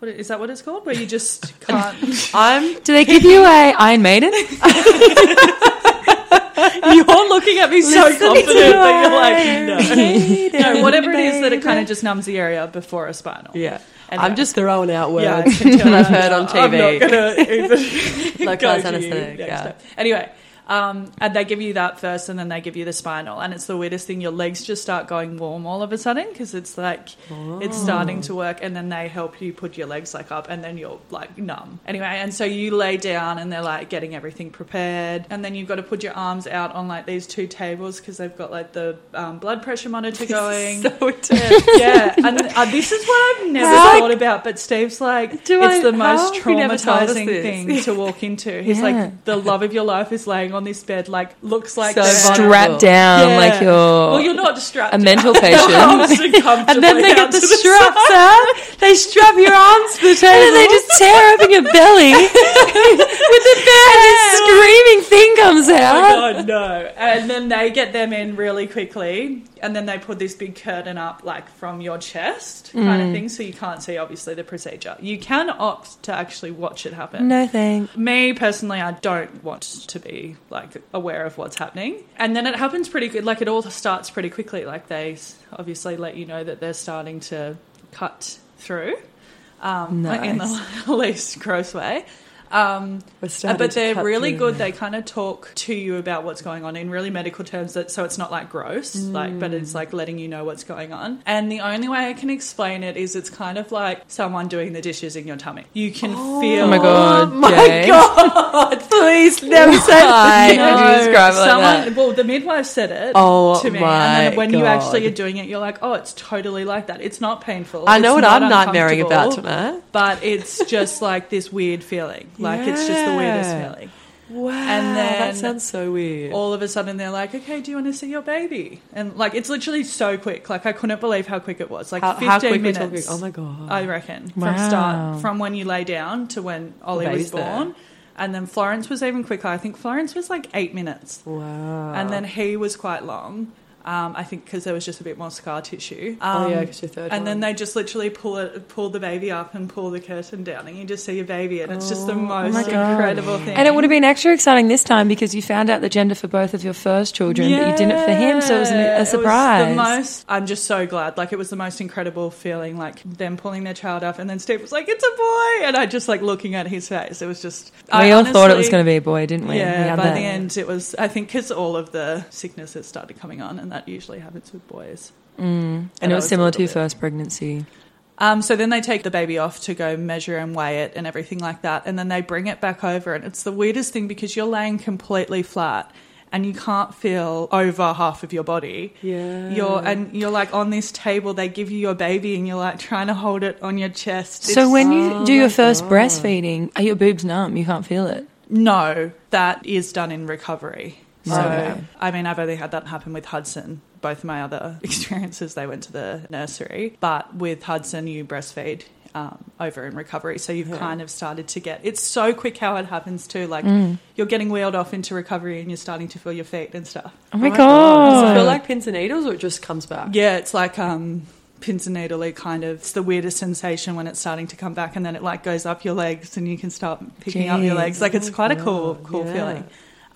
[SPEAKER 4] What is that? What it's called? Where you just can't.
[SPEAKER 3] I'm.
[SPEAKER 1] Do they give you a Iron Maiden?
[SPEAKER 4] you're looking at me so
[SPEAKER 1] Listen to
[SPEAKER 4] confident that
[SPEAKER 1] Iron
[SPEAKER 4] you're like, no.
[SPEAKER 1] Maiden,
[SPEAKER 4] No, whatever it is that it kind of just numbs the area before a spinal.
[SPEAKER 3] Yeah.
[SPEAKER 4] Anyway.
[SPEAKER 3] I'm just throwing out
[SPEAKER 4] Yeah, I
[SPEAKER 3] words
[SPEAKER 4] can tell
[SPEAKER 3] that I've
[SPEAKER 4] you.
[SPEAKER 3] heard on
[SPEAKER 4] I'm not
[SPEAKER 3] TV.
[SPEAKER 4] gonna even
[SPEAKER 3] Localised
[SPEAKER 4] go to you
[SPEAKER 3] anaesthetic,
[SPEAKER 4] next
[SPEAKER 3] yeah.
[SPEAKER 4] time. Anyway, um, and they give you that first, and then they give you the spinal, and it's the weirdest thing. Your legs just start going warm all of a sudden because it's like it's starting to work, and then they help you put your legs like up, and then you're like numb. Anyway, and so you lay down, and they're like getting everything prepared, and then you've got to put your arms out on like these two tables because they've got like the um, blood pressure monitor going.
[SPEAKER 3] so
[SPEAKER 4] Yeah, and uh, this is what I've never
[SPEAKER 3] How-
[SPEAKER 4] thought about. But Steve's like,
[SPEAKER 3] Do
[SPEAKER 4] it's
[SPEAKER 3] I-
[SPEAKER 4] the
[SPEAKER 3] how
[SPEAKER 4] most
[SPEAKER 3] have you never told us
[SPEAKER 4] traumatizing
[SPEAKER 3] this?
[SPEAKER 4] thing to walk into. He's
[SPEAKER 1] Yeah.
[SPEAKER 4] like, the love of your life is laying on this bed. Like, looks like
[SPEAKER 3] So
[SPEAKER 4] they're-
[SPEAKER 3] vulnerable.
[SPEAKER 1] Strapped down
[SPEAKER 4] Yeah.
[SPEAKER 1] like you're,
[SPEAKER 4] Well, you're not strapped.
[SPEAKER 1] a mental patient.
[SPEAKER 4] and
[SPEAKER 3] And then they get the straps out. They strap your arms to the table.
[SPEAKER 1] And then they just tear open your belly with the bare This screaming thing comes out.
[SPEAKER 4] Oh God, no! And then they get them in really quickly, and then they put this big curtain up, like from your chest, kind
[SPEAKER 3] Mm.
[SPEAKER 4] of thing, so you can't see obviously the procedure. You can opt to actually watch it happen.
[SPEAKER 1] no thanks.
[SPEAKER 4] Me personally, I don't want to be like aware of what's happening. And then it happens pretty good. Like it all starts pretty quickly. Like they s- obviously let you know that they're starting to cut through um, in the least gross way. Um,
[SPEAKER 3] We're
[SPEAKER 4] uh,
[SPEAKER 3] starting
[SPEAKER 4] but
[SPEAKER 3] to
[SPEAKER 4] they're
[SPEAKER 3] cut
[SPEAKER 4] really
[SPEAKER 3] through
[SPEAKER 4] good. They kind of talk to you about what's going on in really medical terms. That so it's not like gross, like but
[SPEAKER 5] Mm.
[SPEAKER 4] it's like letting you know what's going on. And the only way I can explain it is it's kind of like someone doing the dishes in your tummy. You can feel.
[SPEAKER 5] Oh my god.
[SPEAKER 3] my
[SPEAKER 5] Jay.
[SPEAKER 3] god! Please never say
[SPEAKER 5] Why
[SPEAKER 3] that.
[SPEAKER 5] would you describe it like that?
[SPEAKER 4] Well, the midwife said it
[SPEAKER 3] Oh
[SPEAKER 4] to me, and
[SPEAKER 3] my
[SPEAKER 4] then when you actually
[SPEAKER 3] God.
[SPEAKER 4] are doing it, you're like, "Oh, it's totally like that. It's not painful.
[SPEAKER 3] I know
[SPEAKER 4] It's
[SPEAKER 3] what I'm nightmaring
[SPEAKER 4] uncomfortable,
[SPEAKER 3] about tonight.
[SPEAKER 4] but it's just like this weird feeling. Like it's just the weirdest
[SPEAKER 3] Yeah.
[SPEAKER 4] feeling.
[SPEAKER 3] Wow,
[SPEAKER 4] And then-
[SPEAKER 3] that sounds so weird.
[SPEAKER 4] All of a sudden, they're like, "Okay, do you want to see your baby?" And like, it's literally so quick. Like, I couldn't believe how quick it was. Like,
[SPEAKER 3] how,
[SPEAKER 4] fifteen
[SPEAKER 3] how quick
[SPEAKER 4] minutes.
[SPEAKER 3] we're talking? Oh my god!
[SPEAKER 4] I reckon
[SPEAKER 5] Wow.
[SPEAKER 4] from start from when you lay down to when Ollie was
[SPEAKER 3] baby's
[SPEAKER 4] born,
[SPEAKER 3] there.
[SPEAKER 4] and then Florence was even quicker. I think Florence was like eight minutes.
[SPEAKER 3] wow.
[SPEAKER 4] and then he was quite long. Um, I think because there was just a bit more scar tissue. Um,
[SPEAKER 3] oh yeah, 'cause your third
[SPEAKER 4] and then
[SPEAKER 3] one.
[SPEAKER 4] they just literally pull it, pull the baby up and pull the curtain down, and you just see your baby, and it's just the most
[SPEAKER 1] Oh God.
[SPEAKER 4] incredible thing.
[SPEAKER 1] And it would have been extra exciting this time because you found out the gender for both of your first children, but you didn't for him, so it was
[SPEAKER 4] Yeah,
[SPEAKER 1] a,
[SPEAKER 4] it
[SPEAKER 1] a
[SPEAKER 4] was
[SPEAKER 1] surprise.
[SPEAKER 4] the most. I'm just so glad. Like it was the most incredible feeling. Like them pulling their child up, and then Steve was like, "It's a boy," and I just like looking at his face. It was just.
[SPEAKER 1] we
[SPEAKER 4] I
[SPEAKER 1] all thought it was
[SPEAKER 4] honestly-
[SPEAKER 1] going to be a boy, didn't we? we
[SPEAKER 4] Yeah,
[SPEAKER 1] had
[SPEAKER 4] by
[SPEAKER 1] that.
[SPEAKER 4] the end it was. I think because all of the sicknesses started coming on, and that usually happens with boys.
[SPEAKER 1] and it
[SPEAKER 4] that
[SPEAKER 1] was
[SPEAKER 4] was a
[SPEAKER 1] similar to
[SPEAKER 4] little
[SPEAKER 1] your
[SPEAKER 4] bit.
[SPEAKER 1] first pregnancy.
[SPEAKER 4] Um, so then they take the baby off to go measure and weigh it and everything like that, and then they bring it back over, and it's the weirdest thing because you're laying completely flat and you can't feel over half of your body.
[SPEAKER 3] Yeah.
[SPEAKER 4] You're and you're like on this table. They give you your baby, and you're like trying to hold it on your chest.
[SPEAKER 1] so
[SPEAKER 4] It's- oh
[SPEAKER 1] when you do your first breastfeeding, are your boobs numb? You can't feel it.
[SPEAKER 4] no, that is done in recovery. So
[SPEAKER 1] Okay.
[SPEAKER 4] I mean, I've only had that happen with Hudson. Both my other experiences, they went to the nursery, but with Hudson, you breastfeed. Um, over in recovery, so you've kind of started to get. It's so quick how it happens too. Like you're getting wheeled off into recovery, and you're starting to feel your feet and stuff.
[SPEAKER 1] Oh my,
[SPEAKER 3] my
[SPEAKER 1] god!
[SPEAKER 3] Does it feel like pins and needles, or it just comes back?
[SPEAKER 4] Yeah, it's like um, pins and needle kind of. It's the weirdest sensation when it's starting to come back, and then it like goes up your legs, and you can start picking up your
[SPEAKER 1] Jeez.
[SPEAKER 4] legs. Like it's quite a cool, cool
[SPEAKER 3] yeah.
[SPEAKER 4] feeling.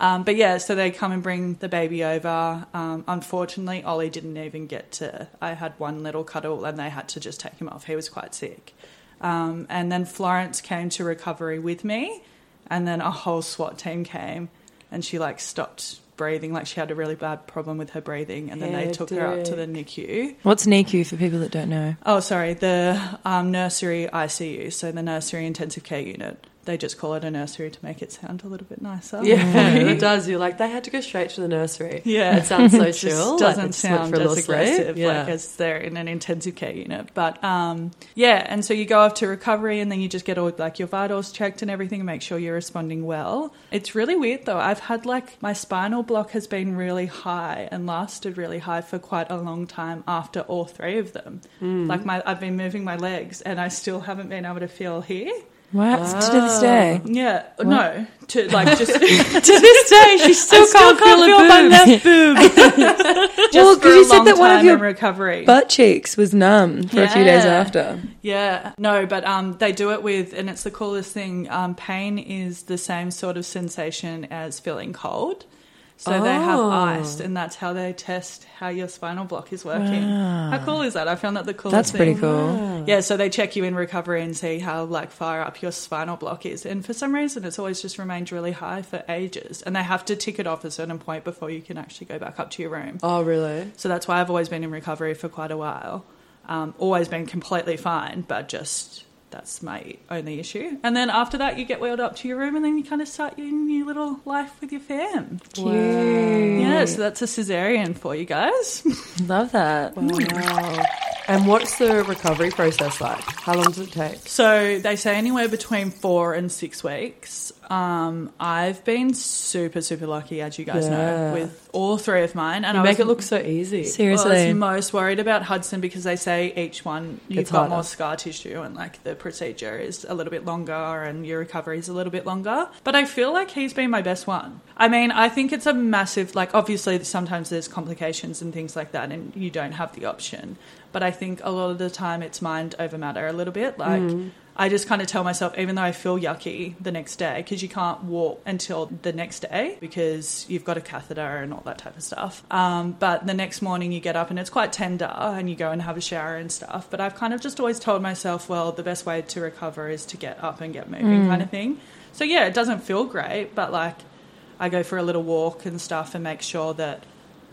[SPEAKER 4] Um, but yeah, so they come and bring the baby over. Um, unfortunately, Ollie didn't even get to. I had one little cuddle, and they had to just take him off. He was quite sick. Um, and then Florence came to recovery with me, and then a whole SWAT team came, and she like stopped breathing. Like she had a really bad problem with her breathing, and then they took her up to the NICU.
[SPEAKER 1] What's NICU for people that don't know?
[SPEAKER 4] Oh, sorry, the um, nursery ICU, so the nursery intensive care unit. They just call it a nursery to make it sound a little bit nicer.
[SPEAKER 3] Yeah, Oh, it does. You're like, they had to go straight to the nursery.
[SPEAKER 4] Yeah.
[SPEAKER 3] It sounds so
[SPEAKER 4] It just
[SPEAKER 3] chill. like,
[SPEAKER 4] doesn't
[SPEAKER 3] it just went
[SPEAKER 4] sound
[SPEAKER 3] for a little
[SPEAKER 4] as
[SPEAKER 3] sleep.
[SPEAKER 4] aggressive
[SPEAKER 3] Yeah.
[SPEAKER 4] like as they're in an intensive care unit. But um, yeah, and so you go off to recovery, and then you just get all like your vitals checked and everything, and make sure you're responding well. It's really weird though. I've had like my spinal block has been really high and lasted really high for quite a long time after all three of them.
[SPEAKER 1] Mm.
[SPEAKER 4] Like my, I've been moving my legs, and I still haven't been able to feel here.
[SPEAKER 1] Wow, it's to this day.
[SPEAKER 4] Yeah, no, to like just.
[SPEAKER 1] to this day, she still,
[SPEAKER 3] still can't feel my left
[SPEAKER 1] boob. well,
[SPEAKER 4] Just for
[SPEAKER 1] because
[SPEAKER 4] a
[SPEAKER 1] you said
[SPEAKER 4] long
[SPEAKER 1] that one of
[SPEAKER 4] time
[SPEAKER 1] your
[SPEAKER 4] in recovery.
[SPEAKER 1] butt cheeks was numb for a few days
[SPEAKER 4] Yeah.
[SPEAKER 1] after.
[SPEAKER 4] Yeah, no, but um, they do it with, and it's the coolest thing. Um, pain is the same sort of sensation as feeling cold. So they have
[SPEAKER 3] Oh.
[SPEAKER 4] ice, and that's how they test how your spinal block is working. How cool is that? I found that the coolest
[SPEAKER 1] That's
[SPEAKER 4] thing.
[SPEAKER 1] pretty cool.
[SPEAKER 4] Yeah, so they check you in recovery and see how like far up your spinal block is. And for some reason, it's always just remained really high for ages, and they have to tick it off a certain point before you can actually go back up to your room.
[SPEAKER 3] Oh, really?
[SPEAKER 4] So that's why I've always been in recovery for quite a while. Um, always been completely fine, but just that's my only issue. And then after that, you get wheeled up to your room, and then you kind of start your new little life with your fam.
[SPEAKER 3] Mm.
[SPEAKER 1] Cute.
[SPEAKER 4] Yeah, so that's a cesarean for you guys.
[SPEAKER 1] Love that.
[SPEAKER 3] Wow. And what's the recovery process like? How long does it take?
[SPEAKER 4] So they say anywhere between four and six weeks. Um, I've been super, super lucky, as you guys
[SPEAKER 3] Yeah.
[SPEAKER 4] know, with all three of mine, and
[SPEAKER 3] You
[SPEAKER 4] I
[SPEAKER 3] make
[SPEAKER 4] was
[SPEAKER 3] it look so easy.
[SPEAKER 4] Well, I
[SPEAKER 1] Seriously.
[SPEAKER 4] was most worried about Hudson because they say each one you've
[SPEAKER 3] It's
[SPEAKER 4] got
[SPEAKER 3] harder.
[SPEAKER 4] more scar tissue and like the procedure is a little bit longer and your recovery is a little bit longer. But I feel like he's been my best one. I mean, I think it's a massive like obviously sometimes there's complications and things like that
[SPEAKER 3] Mm.
[SPEAKER 4] and you don't have the option. But I think a lot of the time it's mind over matter a little bit. Like I just kind of tell myself, even though I feel yucky the next day, because you can't walk until the next day because you've got a catheter and all that type of stuff. Um, but the next morning you get up and it's quite tender and you go and have a shower and stuff. But I've kind of just always told myself, well, the best way to recover is to get up and get moving kind of thing. So yeah, it doesn't feel great, but like I go for a little walk and stuff and make sure that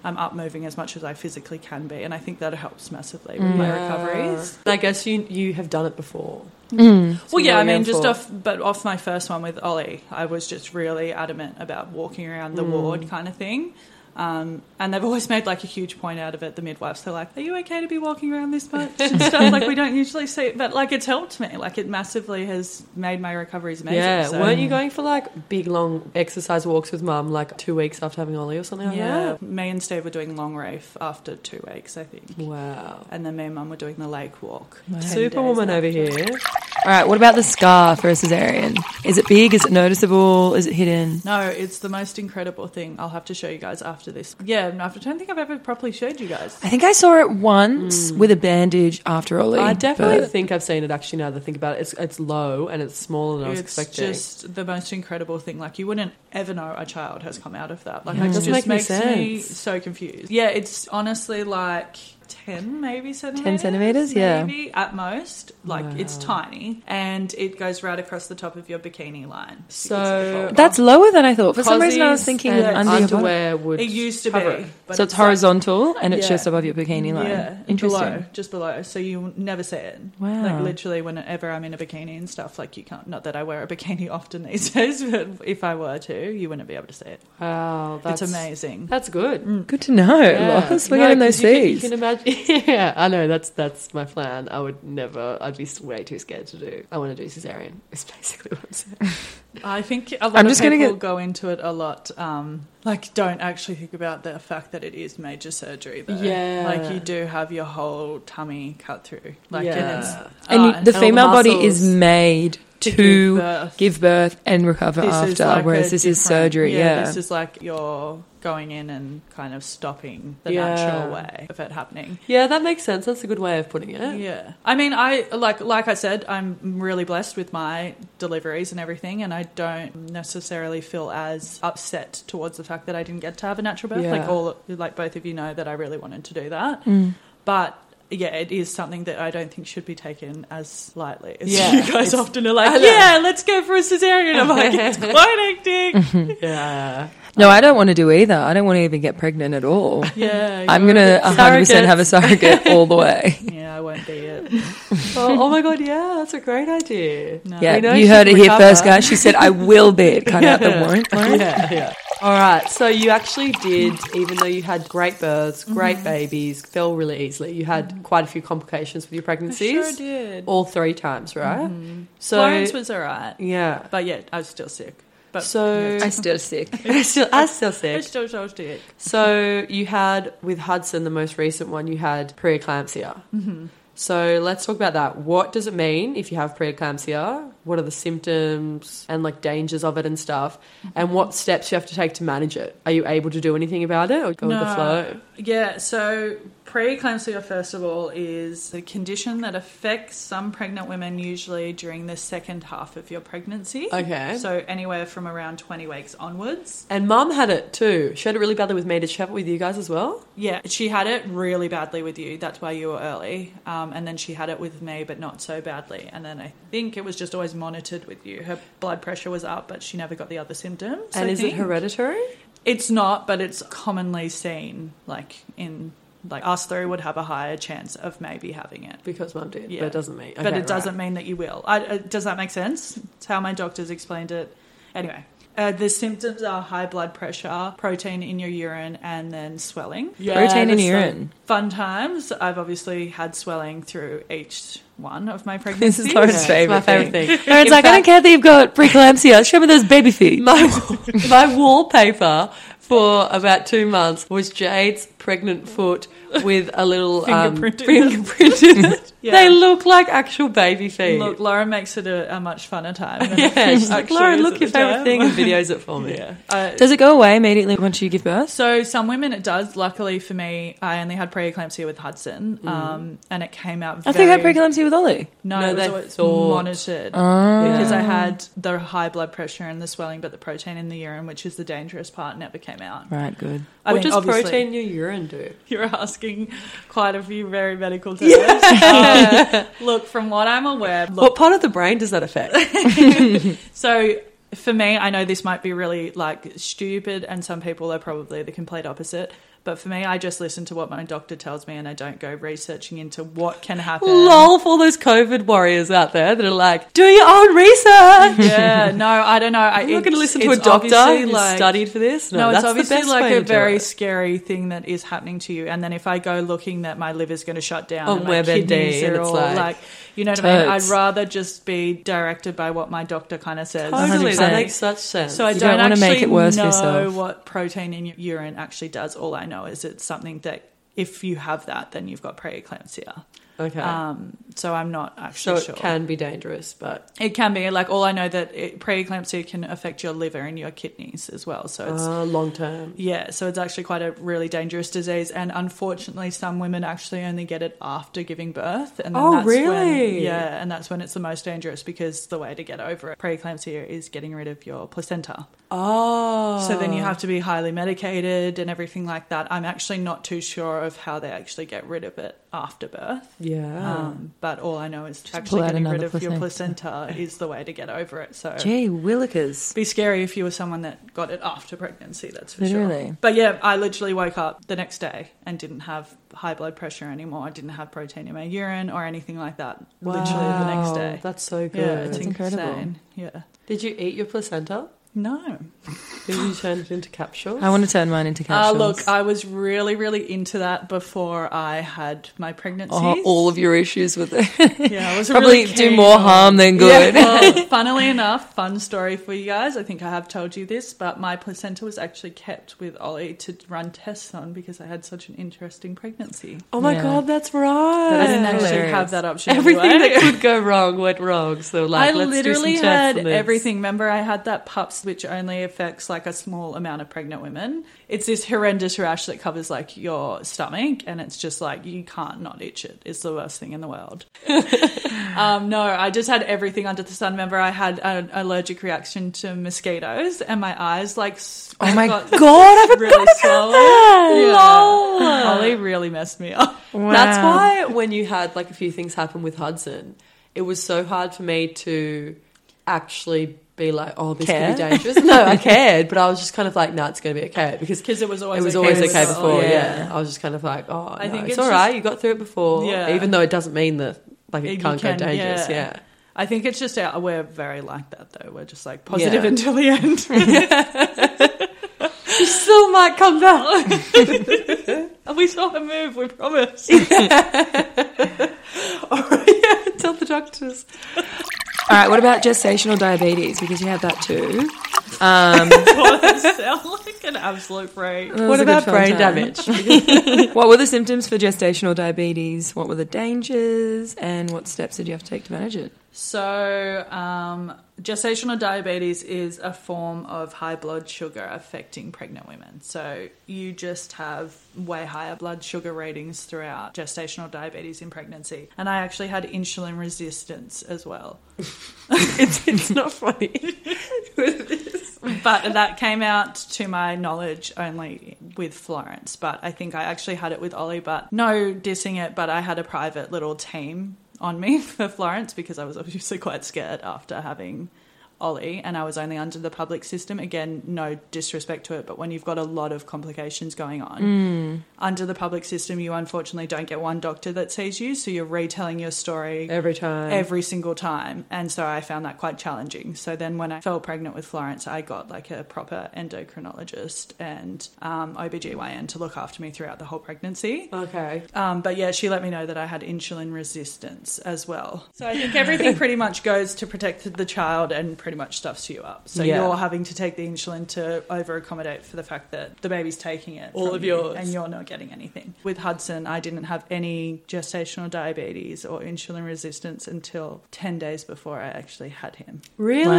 [SPEAKER 4] I'm up moving as much as I physically can be. And I think that helps massively with my recoveries.
[SPEAKER 3] And I guess you you have done it before.
[SPEAKER 4] Well, yeah, I
[SPEAKER 3] Something
[SPEAKER 4] mean,
[SPEAKER 3] you're
[SPEAKER 4] just
[SPEAKER 3] for.
[SPEAKER 4] off, but off my first one with Ollie, I was just really adamant about walking around the
[SPEAKER 3] Mm.
[SPEAKER 4] ward kind of thing. Um, and they've always made like a huge point out of it. The midwives, they're like, "Are you okay to be walking around this much and stuff?" like we don't usually see it, but like it's helped me. Like it massively has made my recoveries amazing.
[SPEAKER 3] yeah,
[SPEAKER 4] so-
[SPEAKER 3] weren't you going for like big long exercise walks with mum like two weeks after having Ollie or something like
[SPEAKER 4] Yeah, me and Steve were doing long reef after two weeks, I think,
[SPEAKER 3] that? Wow,
[SPEAKER 4] and then me and Mum were doing the lake walk. 10 days
[SPEAKER 3] superwoman
[SPEAKER 4] after.
[SPEAKER 3] over here.
[SPEAKER 1] All right, what about the scar for a cesarean? Is it big? Is it noticeable? Is it hidden?
[SPEAKER 4] No, it's the most incredible thing. I'll have to show you guys after this. Yeah, I don't think I've ever properly showed you guys.
[SPEAKER 1] I think I saw it once with a bandage after Ollie.
[SPEAKER 3] I definitely
[SPEAKER 1] but-
[SPEAKER 3] think I've seen it actually. Now that I think about it, it's it's low and it's smaller than I was
[SPEAKER 4] it's
[SPEAKER 3] expecting.
[SPEAKER 4] just the most incredible thing. Like you wouldn't ever know a child has come out of that. Like
[SPEAKER 3] Yeah.
[SPEAKER 4] it just
[SPEAKER 3] Doesn't make any
[SPEAKER 4] makes me
[SPEAKER 3] sense.
[SPEAKER 4] so confused. Yeah, it's honestly like ten maybe centimeters.
[SPEAKER 1] centimeters, yeah.
[SPEAKER 4] maybe at most. Like it's tiny, and it goes right across the top of your bikini line.
[SPEAKER 3] So-
[SPEAKER 1] That's lower than I thought. For some reason, I was
[SPEAKER 4] Cozies
[SPEAKER 1] thinking
[SPEAKER 4] and
[SPEAKER 1] under your body.
[SPEAKER 3] underwear would
[SPEAKER 4] it used to be,
[SPEAKER 3] cover it.
[SPEAKER 4] but
[SPEAKER 1] So it's
[SPEAKER 4] like-
[SPEAKER 1] horizontal and it's
[SPEAKER 4] Yeah.
[SPEAKER 1] just above your bikini line.
[SPEAKER 4] Yeah,
[SPEAKER 1] Interesting.
[SPEAKER 4] Below, just below, so you never see it.
[SPEAKER 1] Wow.
[SPEAKER 4] Like literally, whenever I'm in a bikini and stuff, like you can't. Not that I wear a bikini often these days, but if I were to, you wouldn't be able to see it.
[SPEAKER 3] Wow, that's
[SPEAKER 4] it's amazing.
[SPEAKER 3] That's good.
[SPEAKER 1] Good to know,
[SPEAKER 3] Yeah.
[SPEAKER 1] Lois. We're
[SPEAKER 3] No,
[SPEAKER 1] getting those
[SPEAKER 3] 'cause you can-
[SPEAKER 1] C's.
[SPEAKER 3] You can, imagine. yeah, I know. That's that's my plan. I would never. I'd be way too scared to do. I want to do cesarean. It's basically what I'm saying.
[SPEAKER 4] I think a lot
[SPEAKER 1] I'm
[SPEAKER 4] of
[SPEAKER 1] just gonna
[SPEAKER 4] people
[SPEAKER 1] get-
[SPEAKER 4] go into it a lot. Um, like, don't actually think about the fact that it is major surgery. Though.
[SPEAKER 3] Yeah.
[SPEAKER 4] like you do have your whole tummy cut through. Like,
[SPEAKER 3] Yeah.
[SPEAKER 4] and it's
[SPEAKER 1] Ah, And
[SPEAKER 4] oh,
[SPEAKER 1] you, the
[SPEAKER 3] all the
[SPEAKER 1] female body is
[SPEAKER 3] muscles
[SPEAKER 1] made to,
[SPEAKER 4] to give birth.
[SPEAKER 1] give birth and recover after,
[SPEAKER 4] like
[SPEAKER 1] whereas
[SPEAKER 4] a
[SPEAKER 1] this is
[SPEAKER 4] different-
[SPEAKER 1] surgery. Yeah.
[SPEAKER 4] this is like you're going in and kind of stopping the
[SPEAKER 3] Yeah.
[SPEAKER 4] natural way of it happening.
[SPEAKER 3] Yeah, that makes sense. That's a good way of putting it.
[SPEAKER 4] Yeah, I mean, I like like I said, I'm really blessed with my deliveries and everything, and I don't necessarily feel as upset towards the fact that I didn't get to have a natural birth.
[SPEAKER 3] Yeah. Mm.
[SPEAKER 4] Like all, like both of you know that I really wanted to do that, but. Yeah, it is something that I don't think should be taken as lightly. as
[SPEAKER 3] Yeah,
[SPEAKER 4] you guys
[SPEAKER 3] it's-
[SPEAKER 4] often are like,
[SPEAKER 3] know.
[SPEAKER 4] "Yeah, let's go for a cesarean." I'm like, "It's quite hectic."
[SPEAKER 3] Yeah.
[SPEAKER 1] no, I don't want to do either. I don't want to even get pregnant at all.
[SPEAKER 4] yeah,
[SPEAKER 1] I'm going to 100% have a surrogate all the way.
[SPEAKER 4] Yeah, I won't be it.
[SPEAKER 3] oh, oh my god. Yeah, that's a great idea. We know
[SPEAKER 1] Yeah, you
[SPEAKER 3] she
[SPEAKER 1] heard it
[SPEAKER 3] can
[SPEAKER 1] here
[SPEAKER 3] recover.
[SPEAKER 1] first, guys. She said, I will be it. Cut out the won't. won't.
[SPEAKER 3] Yeah, yeah. All right. So you actually did, even though you had great births,
[SPEAKER 4] Mm-hmm.
[SPEAKER 3] great babies, fell really easily. You had quite a few complications with your pregnancies.
[SPEAKER 4] sure did. Mm-hmm.
[SPEAKER 3] All three times, right? So
[SPEAKER 4] Florence was all right,
[SPEAKER 3] yeah.
[SPEAKER 4] but yeah, I was still sick. But
[SPEAKER 3] So
[SPEAKER 1] I'm still sick.
[SPEAKER 3] I still, I still
[SPEAKER 4] I
[SPEAKER 3] sick.
[SPEAKER 4] was still so sick.
[SPEAKER 3] So you had with Hudson the most recent one. You had preeclampsia. Mm-hmm. So let's talk about that. What does it mean if you have preeclampsia? What are the symptoms and like dangers of it and stuff?
[SPEAKER 4] Mm-hmm.
[SPEAKER 3] And what steps you have to take to manage it? Are you able to do anything about it or go with the
[SPEAKER 4] No.
[SPEAKER 3] flow?
[SPEAKER 4] Yeah, so preeclampsia, first of all, is a condition that affects some pregnant women usually during the second half of your pregnancy.
[SPEAKER 3] Okay.
[SPEAKER 4] So anywhere from around 20 weeks onwards.
[SPEAKER 3] And Mum had it too. She had it really badly with me. Did she have it with you guys as well?
[SPEAKER 4] Yeah, she had it really badly with you. That's why you were early. Um, and then she had it with me, but not so badly. And then I think it was just always monitored with you. Her blood pressure was up, but she never got the other symptoms.
[SPEAKER 3] and
[SPEAKER 4] I
[SPEAKER 3] is
[SPEAKER 4] think.
[SPEAKER 3] it hereditary?
[SPEAKER 4] It's not, but it's commonly seen. Like in like us three would have a higher chance of maybe having it.
[SPEAKER 3] Because Mum did,
[SPEAKER 4] Yeah.
[SPEAKER 3] but it doesn't mean.
[SPEAKER 4] but it doesn't mean that you will. I, uh, does that make sense? It's how my doctors explained it. Anyway, uh, the symptoms are high blood pressure, protein in your urine, and then swelling.
[SPEAKER 1] Protein in
[SPEAKER 3] the sun-
[SPEAKER 1] urine.
[SPEAKER 4] Fun times. I've obviously had swelling through each one of my
[SPEAKER 1] This
[SPEAKER 4] pregnancies.
[SPEAKER 1] is Lauren's
[SPEAKER 3] Yeah, it's
[SPEAKER 1] favorite,
[SPEAKER 3] my favorite
[SPEAKER 1] thing.
[SPEAKER 3] thing.
[SPEAKER 1] Lauren's
[SPEAKER 3] In
[SPEAKER 1] like, I don't
[SPEAKER 3] fact-
[SPEAKER 1] care that you've got preeclampsia. Show me those baby feet.
[SPEAKER 3] my my wallpaper for about two months was Jade's pregnant foot with a little um,
[SPEAKER 4] Fingerprinted.
[SPEAKER 3] fingerprint in it.
[SPEAKER 4] Yeah.
[SPEAKER 3] They look like actual baby feet.
[SPEAKER 4] Look, Lauren makes it a, a much funner time. than it
[SPEAKER 3] yeah, she's like,
[SPEAKER 4] actually
[SPEAKER 3] Lauren,
[SPEAKER 4] is
[SPEAKER 3] look
[SPEAKER 4] at
[SPEAKER 3] your
[SPEAKER 4] the
[SPEAKER 3] favorite
[SPEAKER 4] time."
[SPEAKER 3] thing and videos it for me.
[SPEAKER 4] yeah. Uh,
[SPEAKER 1] Does it go away immediately once you give birth?
[SPEAKER 4] So some women it does. Luckily for me, I only had preeclampsia with Hudson, um, and it came out.
[SPEAKER 1] Mm. I
[SPEAKER 4] Very,
[SPEAKER 1] think I had preeclampsia with Ollie.
[SPEAKER 4] No,
[SPEAKER 3] No,
[SPEAKER 4] it was
[SPEAKER 3] they
[SPEAKER 4] always
[SPEAKER 3] thought-
[SPEAKER 4] monitored
[SPEAKER 1] Oh.
[SPEAKER 4] because I had the high blood pressure and the swelling, but the protein in the urine, which is the dangerous part, never came out.
[SPEAKER 1] Right, good.
[SPEAKER 4] I
[SPEAKER 3] what
[SPEAKER 4] mean,
[SPEAKER 3] does
[SPEAKER 4] obviously-
[SPEAKER 3] protein in your urine do?
[SPEAKER 4] You're asking quite a few very medical terms. Um, look, from what I'm aware, look,
[SPEAKER 3] What part of the brain does that affect?
[SPEAKER 4] So for me, I know this might be really like stupid, and some people are probably the complete opposite. But for me, I just listen to what my doctor tells me, and I don't go researching into what can happen.
[SPEAKER 3] Lol for all those COVID warriors out there that are like, do your own research.
[SPEAKER 4] Yeah, no, I don't know. I,
[SPEAKER 3] I'm not going to
[SPEAKER 4] it's-
[SPEAKER 3] listen to a
[SPEAKER 4] it's
[SPEAKER 3] doctor
[SPEAKER 4] obviously,
[SPEAKER 3] who
[SPEAKER 4] like-
[SPEAKER 3] studied for this. No,
[SPEAKER 4] No,
[SPEAKER 3] that's
[SPEAKER 4] it's obviously
[SPEAKER 3] the best
[SPEAKER 4] like
[SPEAKER 3] way
[SPEAKER 4] a
[SPEAKER 3] to do
[SPEAKER 4] very
[SPEAKER 3] it.
[SPEAKER 4] scary thing that is happening to you. And then if I go looking that my liver's going to shut down
[SPEAKER 3] On
[SPEAKER 4] and my
[SPEAKER 3] WebMD,
[SPEAKER 4] kidneys
[SPEAKER 3] and
[SPEAKER 4] are
[SPEAKER 3] it's
[SPEAKER 4] all
[SPEAKER 3] like,
[SPEAKER 4] like, you know what I mean? I'd
[SPEAKER 1] totes.
[SPEAKER 4] rather just be directed by what my doctor kind of says.
[SPEAKER 3] Totally,
[SPEAKER 1] 100%.
[SPEAKER 3] that makes such sense.
[SPEAKER 4] So I
[SPEAKER 1] You
[SPEAKER 4] don't,
[SPEAKER 1] don't wanna
[SPEAKER 4] actually
[SPEAKER 1] make it worse for
[SPEAKER 4] know
[SPEAKER 1] yourself.
[SPEAKER 4] what protein in your urine actually does. All I know is it's something that if you have that, then you've got preeclampsia.
[SPEAKER 3] okay,
[SPEAKER 4] Um, so I'm not
[SPEAKER 3] so
[SPEAKER 4] actually
[SPEAKER 3] it
[SPEAKER 4] sure.
[SPEAKER 3] can be dangerous, but
[SPEAKER 4] It can be like all I know that it, preeclampsia can affect your liver and your kidneys as well. So it's
[SPEAKER 3] uh, long term.
[SPEAKER 4] yeah, so it's actually quite a really dangerous disease, and unfortunately, some women actually only get it after giving birth. And then
[SPEAKER 3] Oh,
[SPEAKER 4] that's When,
[SPEAKER 3] really?
[SPEAKER 4] yeah, and that's when it's the most dangerous because the way to get over it, preeclampsia, is getting rid of your placenta.
[SPEAKER 3] Oh,
[SPEAKER 4] So then you have to be highly medicated and everything like that. I'm actually not too sure of how they actually get rid of it after birth.
[SPEAKER 3] yeah.
[SPEAKER 4] Um, but all I know is
[SPEAKER 1] pull
[SPEAKER 4] actually
[SPEAKER 1] out
[SPEAKER 4] getting rid
[SPEAKER 1] another
[SPEAKER 4] of your placenta is the way to get over it. So
[SPEAKER 1] Gee, willikers.
[SPEAKER 4] be scary if you were someone that got it after pregnancy, that's for
[SPEAKER 1] Literally.
[SPEAKER 4] sure. But yeah, I literally woke up the next day and didn't have high blood pressure anymore. I didn't have protein in my urine or anything like that. Literally the next
[SPEAKER 3] Wow,
[SPEAKER 4] day.
[SPEAKER 3] That's so good.
[SPEAKER 4] yeah, it's
[SPEAKER 1] That's
[SPEAKER 4] incredible.
[SPEAKER 1] incredible.
[SPEAKER 4] Yeah.
[SPEAKER 3] Did you eat your placenta?
[SPEAKER 4] No.
[SPEAKER 3] Did you turn it into capsules?
[SPEAKER 1] I want to turn mine into
[SPEAKER 4] Uh,
[SPEAKER 1] capsules.
[SPEAKER 4] look, I was really, really into that before I had my pregnancy.
[SPEAKER 1] Oh, all of your issues with it.
[SPEAKER 4] yeah, I was
[SPEAKER 1] Probably
[SPEAKER 4] really
[SPEAKER 1] do
[SPEAKER 4] keen
[SPEAKER 1] more
[SPEAKER 4] on-
[SPEAKER 1] harm than good.
[SPEAKER 4] Well, funnily enough, fun story for you guys. I think I have told you this, but my placenta was actually kept with Ollie to run tests on because I had such an interesting pregnancy.
[SPEAKER 3] oh my
[SPEAKER 1] Yeah.
[SPEAKER 3] god, that's right.
[SPEAKER 4] I didn't
[SPEAKER 1] That's
[SPEAKER 4] actually
[SPEAKER 1] hilarious.
[SPEAKER 4] have that option.
[SPEAKER 3] Everything
[SPEAKER 4] anyway.
[SPEAKER 3] that could go wrong went wrong. So like,
[SPEAKER 4] I
[SPEAKER 3] let's
[SPEAKER 4] literally
[SPEAKER 3] do some tests
[SPEAKER 4] had
[SPEAKER 3] on this.
[SPEAKER 4] everything. Remember, I had that PUPS, which only affects like a small amount of pregnant women. It's this horrendous rash that covers like your stomach, and it's just like you can't not itch it. It's the worst thing in the world. um, no, I just had everything under the sun. Remember, I had an allergic reaction to mosquitoes, and my eyes like s-
[SPEAKER 1] oh my
[SPEAKER 4] got
[SPEAKER 1] god, I forgot
[SPEAKER 4] really
[SPEAKER 1] about
[SPEAKER 4] swollen.
[SPEAKER 1] that.
[SPEAKER 4] Yeah.
[SPEAKER 1] Lol.
[SPEAKER 4] Holly really messed me up.
[SPEAKER 3] That's
[SPEAKER 1] Wow.
[SPEAKER 3] why when you had like a few things happen with Hudson, it was so hard for me to actually be like, oh, this
[SPEAKER 1] Care?
[SPEAKER 3] could be dangerous. No, I cared, but I was was just kind of like, nah, it's going to be okay because it
[SPEAKER 4] Because it was always
[SPEAKER 3] was always okay
[SPEAKER 4] before,
[SPEAKER 3] before.
[SPEAKER 4] yeah.
[SPEAKER 3] Yeah. I was just kind of like, oh,
[SPEAKER 4] I
[SPEAKER 3] no,
[SPEAKER 4] think it's
[SPEAKER 3] it's all right. You got through it before,
[SPEAKER 4] Yeah.
[SPEAKER 3] even though it doesn't mean that like it
[SPEAKER 4] You
[SPEAKER 3] can't
[SPEAKER 4] can,
[SPEAKER 3] go dangerous. Yeah.
[SPEAKER 4] I think it's just our, we're very like that though. We're just like positive
[SPEAKER 3] Yeah.
[SPEAKER 4] until the end.
[SPEAKER 3] You still might come back.
[SPEAKER 4] and we saw her move, we promise.
[SPEAKER 3] all right, yeah, tell the doctors.
[SPEAKER 1] All right, what about gestational diabetes? Because you had that too. Um,
[SPEAKER 4] sound like an absolute freak.
[SPEAKER 1] That was
[SPEAKER 3] what
[SPEAKER 1] a good
[SPEAKER 3] about
[SPEAKER 1] fun
[SPEAKER 3] brain
[SPEAKER 1] time.
[SPEAKER 3] damage?
[SPEAKER 1] What were the symptoms for gestational diabetes? What were the dangers? And what steps did you have to take to manage it?
[SPEAKER 4] So, um, gestational diabetes is a form of high blood sugar affecting pregnant women. So, you just have way higher blood sugar ratings throughout gestational diabetes in pregnancy. And I actually had insulin resistance as well.
[SPEAKER 3] it's, it's not funny.
[SPEAKER 4] but that came out to my knowledge only with Florence. But I think I actually had it with Ollie, but no dissing it, but I had a private little team on me for Florence because I was obviously quite scared after having Ollie and I was only under the public system. Again, no disrespect to it, but when you've got a lot of complications going on,
[SPEAKER 3] Mm.
[SPEAKER 4] under the public system, you unfortunately don't get one doctor that sees you, so you're retelling your story
[SPEAKER 3] Every time.
[SPEAKER 4] every single time. And so I found that quite challenging. So then when I fell pregnant with Florence, I got like a proper endocrinologist and um, OBGYN to look after me throughout the whole pregnancy.
[SPEAKER 3] okay.
[SPEAKER 4] Um, but yeah, she let me know that I had insulin resistance as well. So I think everything pretty much goes to protect the child and pretty much stuffs you up. So
[SPEAKER 3] Yeah.
[SPEAKER 4] you're having to take the insulin to over accommodate for the fact that the baby's taking it.
[SPEAKER 3] All
[SPEAKER 4] from
[SPEAKER 3] of
[SPEAKER 4] you
[SPEAKER 3] yours.
[SPEAKER 4] And you're not getting anything. With Hudson, I didn't have any gestational diabetes or insulin resistance until 10 days before I actually had him.
[SPEAKER 3] Really?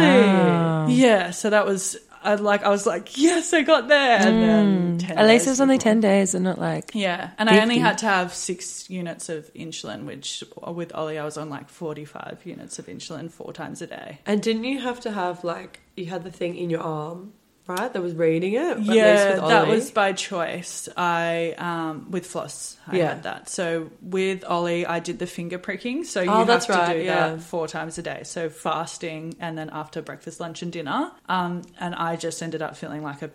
[SPEAKER 4] Yeah, so that was I like I was like, yes, I got there. And then 10
[SPEAKER 1] At least
[SPEAKER 4] days
[SPEAKER 1] it was only
[SPEAKER 4] before-
[SPEAKER 1] 10 days and not like.
[SPEAKER 4] Yeah, and I
[SPEAKER 1] 50.
[SPEAKER 4] only had to have six units of insulin, which with Ollie I was on like forty-five units of insulin four times a day.
[SPEAKER 3] And didn't you have to have like you had the thing in your arm, right? That was reading it. at least
[SPEAKER 4] yeah,
[SPEAKER 3] with
[SPEAKER 4] that
[SPEAKER 3] Ollie.
[SPEAKER 4] was by choice. I um, with floss, I
[SPEAKER 3] Yeah.
[SPEAKER 4] had that. So with Ollie, I did the finger pricking. So you
[SPEAKER 3] Oh,
[SPEAKER 4] have
[SPEAKER 3] that's
[SPEAKER 4] to
[SPEAKER 3] right,
[SPEAKER 4] do
[SPEAKER 3] yeah.
[SPEAKER 4] that four times a day. So fasting and then after breakfast, lunch, and dinner. Um, and I just ended up feeling like a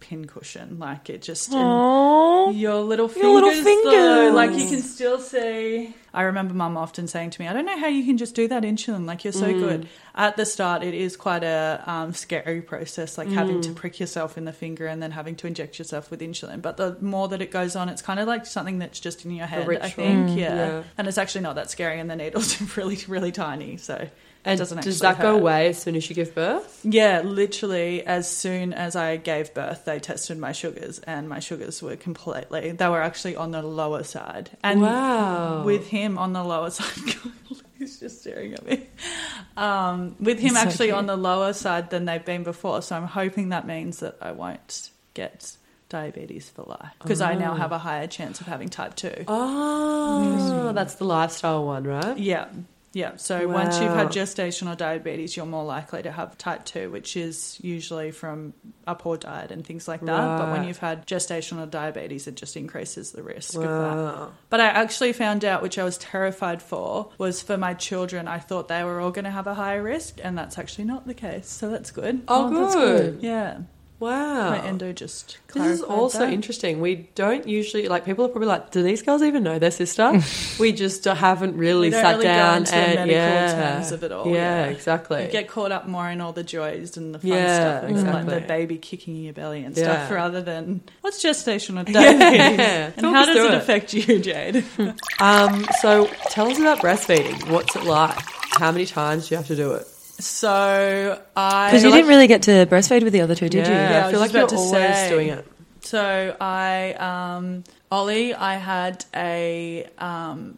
[SPEAKER 4] pincushion, like it just.
[SPEAKER 1] Aww.
[SPEAKER 4] Your little fingers,
[SPEAKER 1] Your little
[SPEAKER 4] Though,
[SPEAKER 1] fingers.
[SPEAKER 4] like you can still see. I remember Mum often saying to me, "I don't know how you can just do that insulin. Like you're so
[SPEAKER 3] Mm.
[SPEAKER 4] good." At the start, it is quite a um, scary process, like having
[SPEAKER 3] Mm.
[SPEAKER 4] to prick yourself in the finger and then having to inject yourself with insulin. But the more that it goes on, it's kind of like something that's just in your head. I
[SPEAKER 3] ritual. Mm,
[SPEAKER 4] think, yeah.
[SPEAKER 3] yeah.
[SPEAKER 4] And it's actually not that scary, and the needles are really, really tiny, so
[SPEAKER 3] And
[SPEAKER 4] it doesn't.
[SPEAKER 3] does
[SPEAKER 4] actually
[SPEAKER 3] that go
[SPEAKER 4] hurt.
[SPEAKER 3] away as soon as you give birth?
[SPEAKER 4] Yeah, literally, as soon as I gave birth, they tested my sugars, and my sugars were completely, they were actually on the lower side. And
[SPEAKER 3] Wow.
[SPEAKER 4] with him on the lower side, he's just staring at me. Um, with him
[SPEAKER 1] That's so
[SPEAKER 4] actually
[SPEAKER 1] cute.
[SPEAKER 4] on the lower side than they've been before, so I'm hoping that means that I won't get diabetes for life because I
[SPEAKER 1] Oh.
[SPEAKER 4] now have a higher chance of having type 2.
[SPEAKER 3] Oh, that's the lifestyle one, right?
[SPEAKER 4] Yeah. Yeah. So once you've
[SPEAKER 3] Wow.
[SPEAKER 4] had gestational diabetes, you're more likely to have type 2, which is usually from a poor diet and things like that. But when
[SPEAKER 3] Right.
[SPEAKER 4] you've had gestational diabetes, it just increases the risk of that.
[SPEAKER 3] Wow.
[SPEAKER 4] But I actually found out, which I was terrified for, was for my children, I thought they were all going to have a higher risk, and that's actually not the case. So that's good.
[SPEAKER 3] Oh,
[SPEAKER 1] that's
[SPEAKER 3] good.
[SPEAKER 4] Yeah. My
[SPEAKER 3] Wow.
[SPEAKER 4] endo just
[SPEAKER 3] This is
[SPEAKER 4] clarified
[SPEAKER 3] also
[SPEAKER 4] that.
[SPEAKER 3] interesting. We don't usually like people are probably like, do these girls even know their sister? we just haven't really
[SPEAKER 4] We don't
[SPEAKER 3] sat
[SPEAKER 4] really go
[SPEAKER 3] down
[SPEAKER 4] into the
[SPEAKER 3] and
[SPEAKER 4] medical
[SPEAKER 3] yeah,
[SPEAKER 4] terms of it all,
[SPEAKER 3] Yeah,
[SPEAKER 4] yeah.
[SPEAKER 3] exactly.
[SPEAKER 4] You get caught up more in all the joys and the fun
[SPEAKER 3] Yeah,
[SPEAKER 4] stuff, and
[SPEAKER 3] exactly.
[SPEAKER 4] like the baby kicking in your belly and
[SPEAKER 3] Yeah.
[SPEAKER 4] stuff, rather than what's gestational
[SPEAKER 3] Yeah.
[SPEAKER 4] diabetes and
[SPEAKER 3] Talk
[SPEAKER 4] how
[SPEAKER 3] us
[SPEAKER 4] does
[SPEAKER 3] through
[SPEAKER 4] it
[SPEAKER 3] it.
[SPEAKER 4] affect you, Jade?
[SPEAKER 3] Um, so tell us about breastfeeding. What's it like? How many times do you have to do it?
[SPEAKER 4] so I
[SPEAKER 1] Because you
[SPEAKER 4] like-
[SPEAKER 1] didn't really get to breastfeed with the other two, did
[SPEAKER 3] yeah,
[SPEAKER 4] Yeah, I
[SPEAKER 3] I
[SPEAKER 4] was
[SPEAKER 3] feel like
[SPEAKER 4] just
[SPEAKER 3] you're
[SPEAKER 4] about
[SPEAKER 3] always
[SPEAKER 4] to say.
[SPEAKER 3] doing it.
[SPEAKER 4] So I, um, Ollie, I had a um,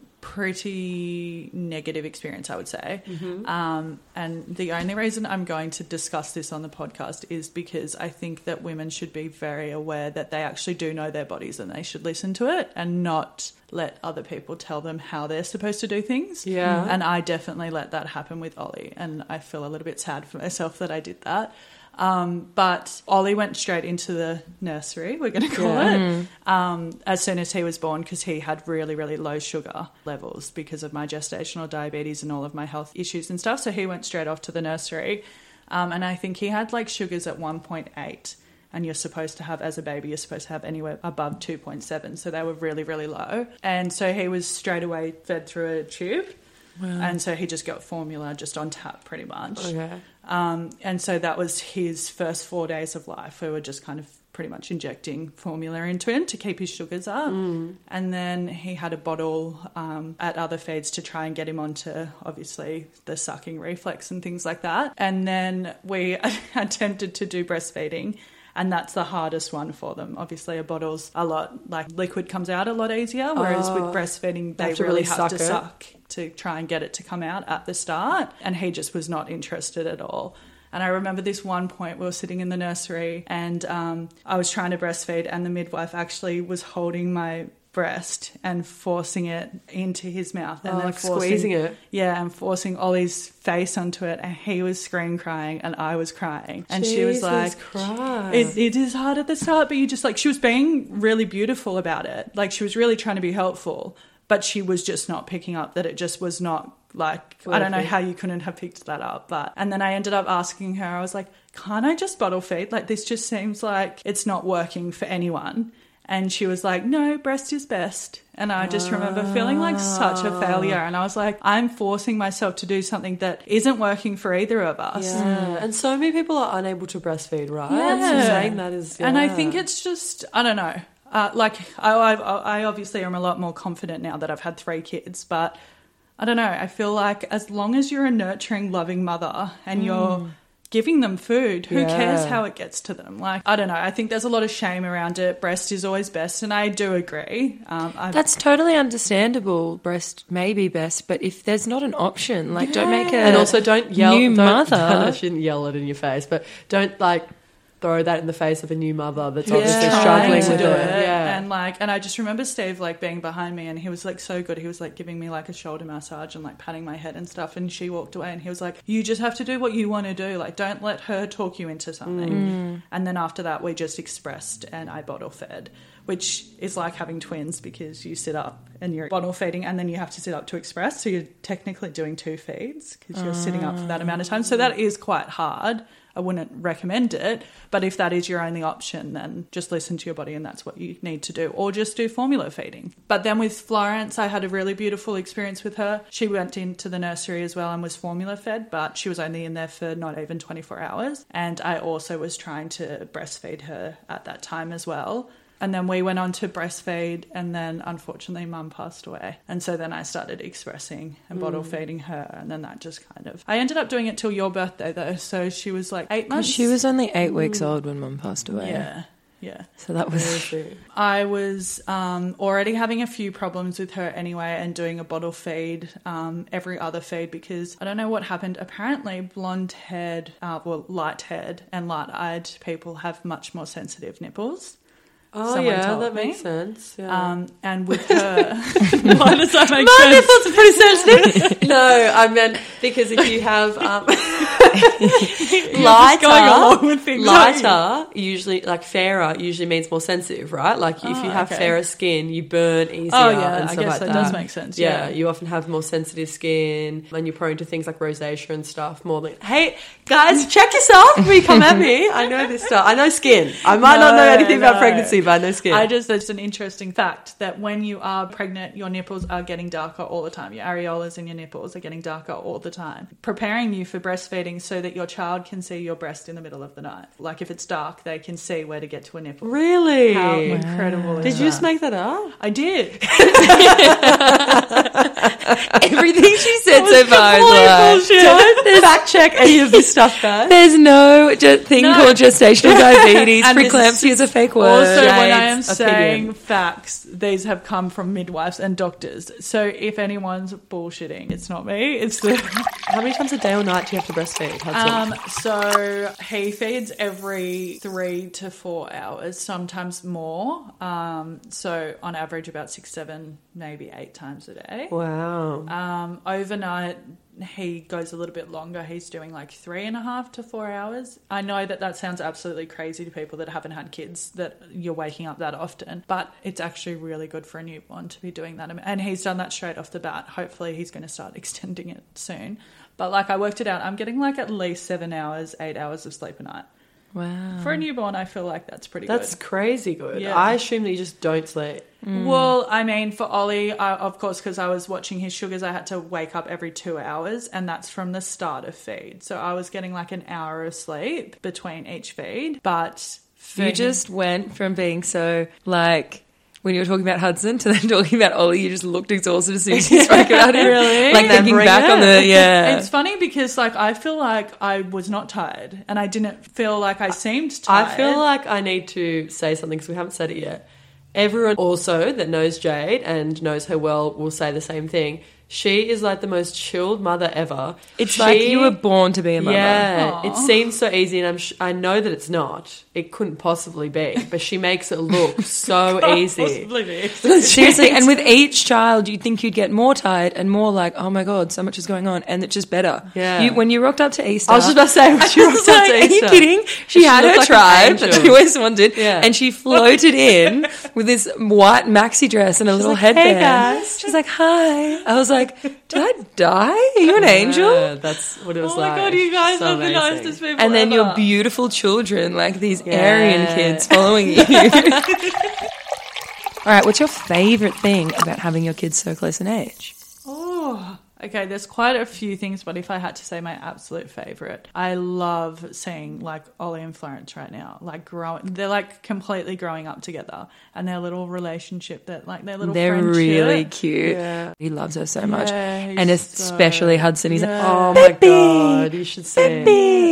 [SPEAKER 4] pretty negative experience, I would say. Um, and the only reason I'm going to discuss this on the podcast is because I think that women should be very aware that they actually do know their bodies and they should listen to it and not let other people tell them how they're supposed to do things.
[SPEAKER 3] Yeah.
[SPEAKER 4] And I definitely let that happen with Ollie. And I feel a little bit sad for myself that I did that. Um, but Ollie went straight into the nursery, we're going to call it, um, as soon as he was born because he had really, really low sugar levels because of my gestational diabetes and all of my health issues and stuff. So he went straight off to the nursery. Um, and I think he had like sugars at 1.8. And you're supposed to have, as a baby, you're supposed to have anywhere above 2.7. So they were really, really low. And so he was straight away fed through a tube. And so he just got formula just on tap, pretty much.
[SPEAKER 3] Okay.
[SPEAKER 4] Um, and so that was his first four days of life. We were just kind of pretty much injecting formula into him to keep his sugars up.
[SPEAKER 3] Mm.
[SPEAKER 4] And then he had a bottle um, at other feeds to try and get him onto obviously the sucking reflex and things like that. And then we attempted to do breastfeeding. And that's the hardest one for them. Obviously, a bottle's a lot like liquid comes out a lot easier, whereas with breastfeeding, they
[SPEAKER 3] Oh, have to
[SPEAKER 4] really
[SPEAKER 3] really
[SPEAKER 4] have
[SPEAKER 3] suck
[SPEAKER 4] to
[SPEAKER 3] it.
[SPEAKER 4] suck to try and get it to come out at the start. And he just was not interested at all. And I remember this one point we were sitting in the nursery and um, I was trying to breastfeed, and the midwife actually was holding my breast and forcing it into his mouth and
[SPEAKER 3] Oh,
[SPEAKER 4] then
[SPEAKER 3] like
[SPEAKER 4] forcing,
[SPEAKER 3] squeezing it.
[SPEAKER 4] Yeah, and forcing Ollie's face onto it. And he was scream crying and I was crying. And she was
[SPEAKER 3] Jesus
[SPEAKER 4] like,
[SPEAKER 3] Christ.
[SPEAKER 4] it, it is hard at the start, but you just like she was being really beautiful about it. Like she was really trying to be helpful, but she was just not picking up that it just was not like I don't know
[SPEAKER 3] Working.
[SPEAKER 4] how you couldn't have picked that up, but and then I ended up asking her. I was like, "Can't I just bottle feed? Like this just seems like it's not working for anyone." And she was like, "No, breast is best." And I just remember feeling like such a failure. And I was like, "I'm forcing myself to do something that isn't working for either of us."
[SPEAKER 3] Yeah. And so many people are unable to breastfeed, right? So
[SPEAKER 4] Yeah.
[SPEAKER 3] saying that is
[SPEAKER 4] And I
[SPEAKER 3] yeah.
[SPEAKER 4] think it's just, I don't know. Uh, like, I, I, I obviously am a lot more confident now that I've had three kids, but I don't know. I feel like as long as you're a nurturing, loving mother and you're giving them food. Who
[SPEAKER 3] Hmm. Yeah.
[SPEAKER 4] cares how it gets to them? Like, I don't know. I think there's a lot of shame around it. Breast is always best, and I do agree. Um, I,
[SPEAKER 1] That's totally understandable. Breast may be best, but if there's not an option, like don't make a
[SPEAKER 3] And also, don't yell.
[SPEAKER 1] new
[SPEAKER 3] don't,
[SPEAKER 1] mother.
[SPEAKER 3] I shouldn't yell it in your face, but don't like throw that in the face of a new mother that's obviously
[SPEAKER 4] trying
[SPEAKER 3] struggling
[SPEAKER 4] to
[SPEAKER 3] with it.
[SPEAKER 4] do
[SPEAKER 3] Yeah.
[SPEAKER 4] And like, and I just remember Steve like being behind me, and he was like so good. He was like giving me like a shoulder massage and like patting my head and stuff. And she walked away, and he was like, "You just have to do what you want to do. Like, don't let her talk you into something."
[SPEAKER 3] Mm.
[SPEAKER 4] And then after that, we just expressed, and I bottle fed, which is like having twins because you sit up and you're bottle feeding, and then you have to sit up to express. So you're technically doing two feeds because you're sitting up for that amount of time. So that is quite hard. I wouldn't recommend it. But if that is your only option, then just listen to your body and that's what you need to do, or just do formula feeding. But then with Florence, I had a really beautiful experience with her. She went into the nursery as well and was formula fed, but she was only in there for not even 24 hours. And I also was trying to breastfeed her at that time as well. And then we went on to breastfeed, and then unfortunately, mum passed away. And so then I started expressing and bottle
[SPEAKER 1] Mm.
[SPEAKER 4] feeding her, and then that just kind of. I ended up doing it till your birthday though, so she was like eight months.
[SPEAKER 1] She was only eight weeks old when Mum passed away.
[SPEAKER 4] yeah, yeah.
[SPEAKER 1] So that was
[SPEAKER 4] I was um, already having a few problems with her anyway and doing a bottle feed um, every other feed because I don't know what happened. Apparently, blonde haired, uh, well, light haired and light eyed people have much more sensitive nipples.
[SPEAKER 3] Oh
[SPEAKER 4] Someone
[SPEAKER 3] yeah,
[SPEAKER 4] told
[SPEAKER 3] that
[SPEAKER 4] me.
[SPEAKER 3] makes sense. Yeah.
[SPEAKER 4] Um, and with her, why does that make sense?
[SPEAKER 3] nipples are pretty sensitive. no, I meant because if you have um, lighter,
[SPEAKER 4] along with things,
[SPEAKER 3] lighter usually like fairer usually means more sensitive, right? Like if you have
[SPEAKER 4] Ah, okay.
[SPEAKER 3] fairer skin, you burn easier.
[SPEAKER 4] Oh yeah,
[SPEAKER 3] and
[SPEAKER 4] I
[SPEAKER 3] stuff
[SPEAKER 4] guess
[SPEAKER 3] like
[SPEAKER 4] that,
[SPEAKER 3] that
[SPEAKER 4] does make sense.
[SPEAKER 3] Yeah,
[SPEAKER 4] Yeah,
[SPEAKER 3] you often have more sensitive skin and you're prone to things like rosacea and stuff more than. Hey, guys, check yourself before you come at me. I know this stuff. I know skin. I might not know
[SPEAKER 4] No,
[SPEAKER 3] anything about
[SPEAKER 4] no.
[SPEAKER 3] pregnancy, but I know skin.
[SPEAKER 4] I just it's an interesting fact that when you are pregnant, your nipples are getting darker all the time. Your areolas and your nipples are getting darker all the time, preparing you for breastfeeding so that your child can see your breast in the middle of the night. Like if it's dark, they can see where to get to a nipple.
[SPEAKER 3] really?
[SPEAKER 4] How incredible! is
[SPEAKER 3] Did you just
[SPEAKER 4] that?
[SPEAKER 3] make that up?
[SPEAKER 4] I did.
[SPEAKER 1] everything she said so far. is like-
[SPEAKER 3] Don't fact check any of this stuff, guys.
[SPEAKER 1] There's no ge- thing
[SPEAKER 4] No.
[SPEAKER 1] called gestational diabetes.
[SPEAKER 4] And this
[SPEAKER 1] Preeclampsia is a fake word.
[SPEAKER 4] Also, when I am
[SPEAKER 3] Jade's
[SPEAKER 4] saying
[SPEAKER 3] opinion.
[SPEAKER 4] facts, these have come from midwives and doctors. So if anyone's bullshitting, it's not me. It's the
[SPEAKER 3] How many times a day or night do you have to breastfeed? Hudson?
[SPEAKER 4] Um, so he feeds every three to four hours, sometimes more. Um, so on average, about six, seven, maybe eight times a day.
[SPEAKER 3] wow.
[SPEAKER 4] Um, overnight, he goes a little bit longer. He's doing like three and a half to four hours. I know that that sounds absolutely crazy to people that haven't had kids that you're waking up that often, but it's actually really good for a newborn to be doing that. And he's done that straight off the bat. Hopefully, he's going to start extending it soon. But like I worked it out, I'm getting like at least seven hours, eight hours of sleep a night.
[SPEAKER 1] wow.
[SPEAKER 4] For a newborn, I feel like that's pretty good.
[SPEAKER 3] That's crazy good.
[SPEAKER 4] Yeah.
[SPEAKER 3] I assume that you just don't sleep.
[SPEAKER 4] Well, I mean, for Ollie, I, of course, because I was watching his sugars, I had to wake up every two hours, and that's from the start of feed. So I was getting like an hour of sleep between each feed. But for
[SPEAKER 1] You
[SPEAKER 4] him-
[SPEAKER 1] just went from being so like when you were talking about Hudson to then talking about Ollie. You just looked exhausted as soon as you spoke about him.
[SPEAKER 3] Really?
[SPEAKER 1] Like thinking
[SPEAKER 3] Remembering
[SPEAKER 1] back on the yeah.
[SPEAKER 4] It's funny because like I feel like I was not tired, and I didn't feel like I seemed tired.
[SPEAKER 3] I feel like I need to say something because we haven't said it yet. Everyone also that knows Jade and knows her well will say the same thing. She is like the most chilled mother ever.
[SPEAKER 1] It's
[SPEAKER 3] She-
[SPEAKER 1] like you were born to be a mother.
[SPEAKER 3] Yeah,
[SPEAKER 4] Aw.
[SPEAKER 3] it seems so easy, and I'm sh- I know that it's not. It couldn't possibly be, but she makes it look so easy.
[SPEAKER 4] Possibly this.
[SPEAKER 1] Seriously, and with each child, you'd think you'd get more tired and more like, oh my god, so much is going on, and it's just better.
[SPEAKER 3] Yeah.
[SPEAKER 1] You, when you rocked up to Easter,
[SPEAKER 3] I was just about to say, she
[SPEAKER 1] I was
[SPEAKER 3] rocked up
[SPEAKER 1] like, are
[SPEAKER 3] to
[SPEAKER 1] you
[SPEAKER 3] Easter.
[SPEAKER 1] kidding? She,
[SPEAKER 3] She
[SPEAKER 1] had her
[SPEAKER 3] looked like an
[SPEAKER 1] tribe, but
[SPEAKER 3] angel.
[SPEAKER 1] the West one did,
[SPEAKER 3] Yeah.
[SPEAKER 1] and she floated in with this white maxi dress and a little
[SPEAKER 3] like, "Hey,
[SPEAKER 1] headband.
[SPEAKER 3] guys.
[SPEAKER 1] She's like, "Hi." I was like, "Did I die? Are you an angel?"
[SPEAKER 3] Yeah, that's what it was
[SPEAKER 4] Oh
[SPEAKER 3] like.
[SPEAKER 4] my god, you guys
[SPEAKER 3] So
[SPEAKER 4] are the
[SPEAKER 3] amazing.
[SPEAKER 4] nicest people.
[SPEAKER 1] And then your
[SPEAKER 4] ever.
[SPEAKER 1] beautiful children, like these
[SPEAKER 3] Yeah.
[SPEAKER 1] Aryan kids, following you. All right, what's your favorite thing about having your kids so close in age?
[SPEAKER 4] Oh, Okay, there's quite a few things, but if I had to say my absolute favorite, I love seeing like Ollie and Florence right now. Like growing, they're like completely growing up together, and their little relationship, that like their little
[SPEAKER 1] They're
[SPEAKER 4] friendship.
[SPEAKER 1] really cute. He loves her so much,
[SPEAKER 4] Yeah, he's
[SPEAKER 1] and
[SPEAKER 4] so-
[SPEAKER 1] especially Hudson. He's like,
[SPEAKER 3] Oh my god, you should see. it.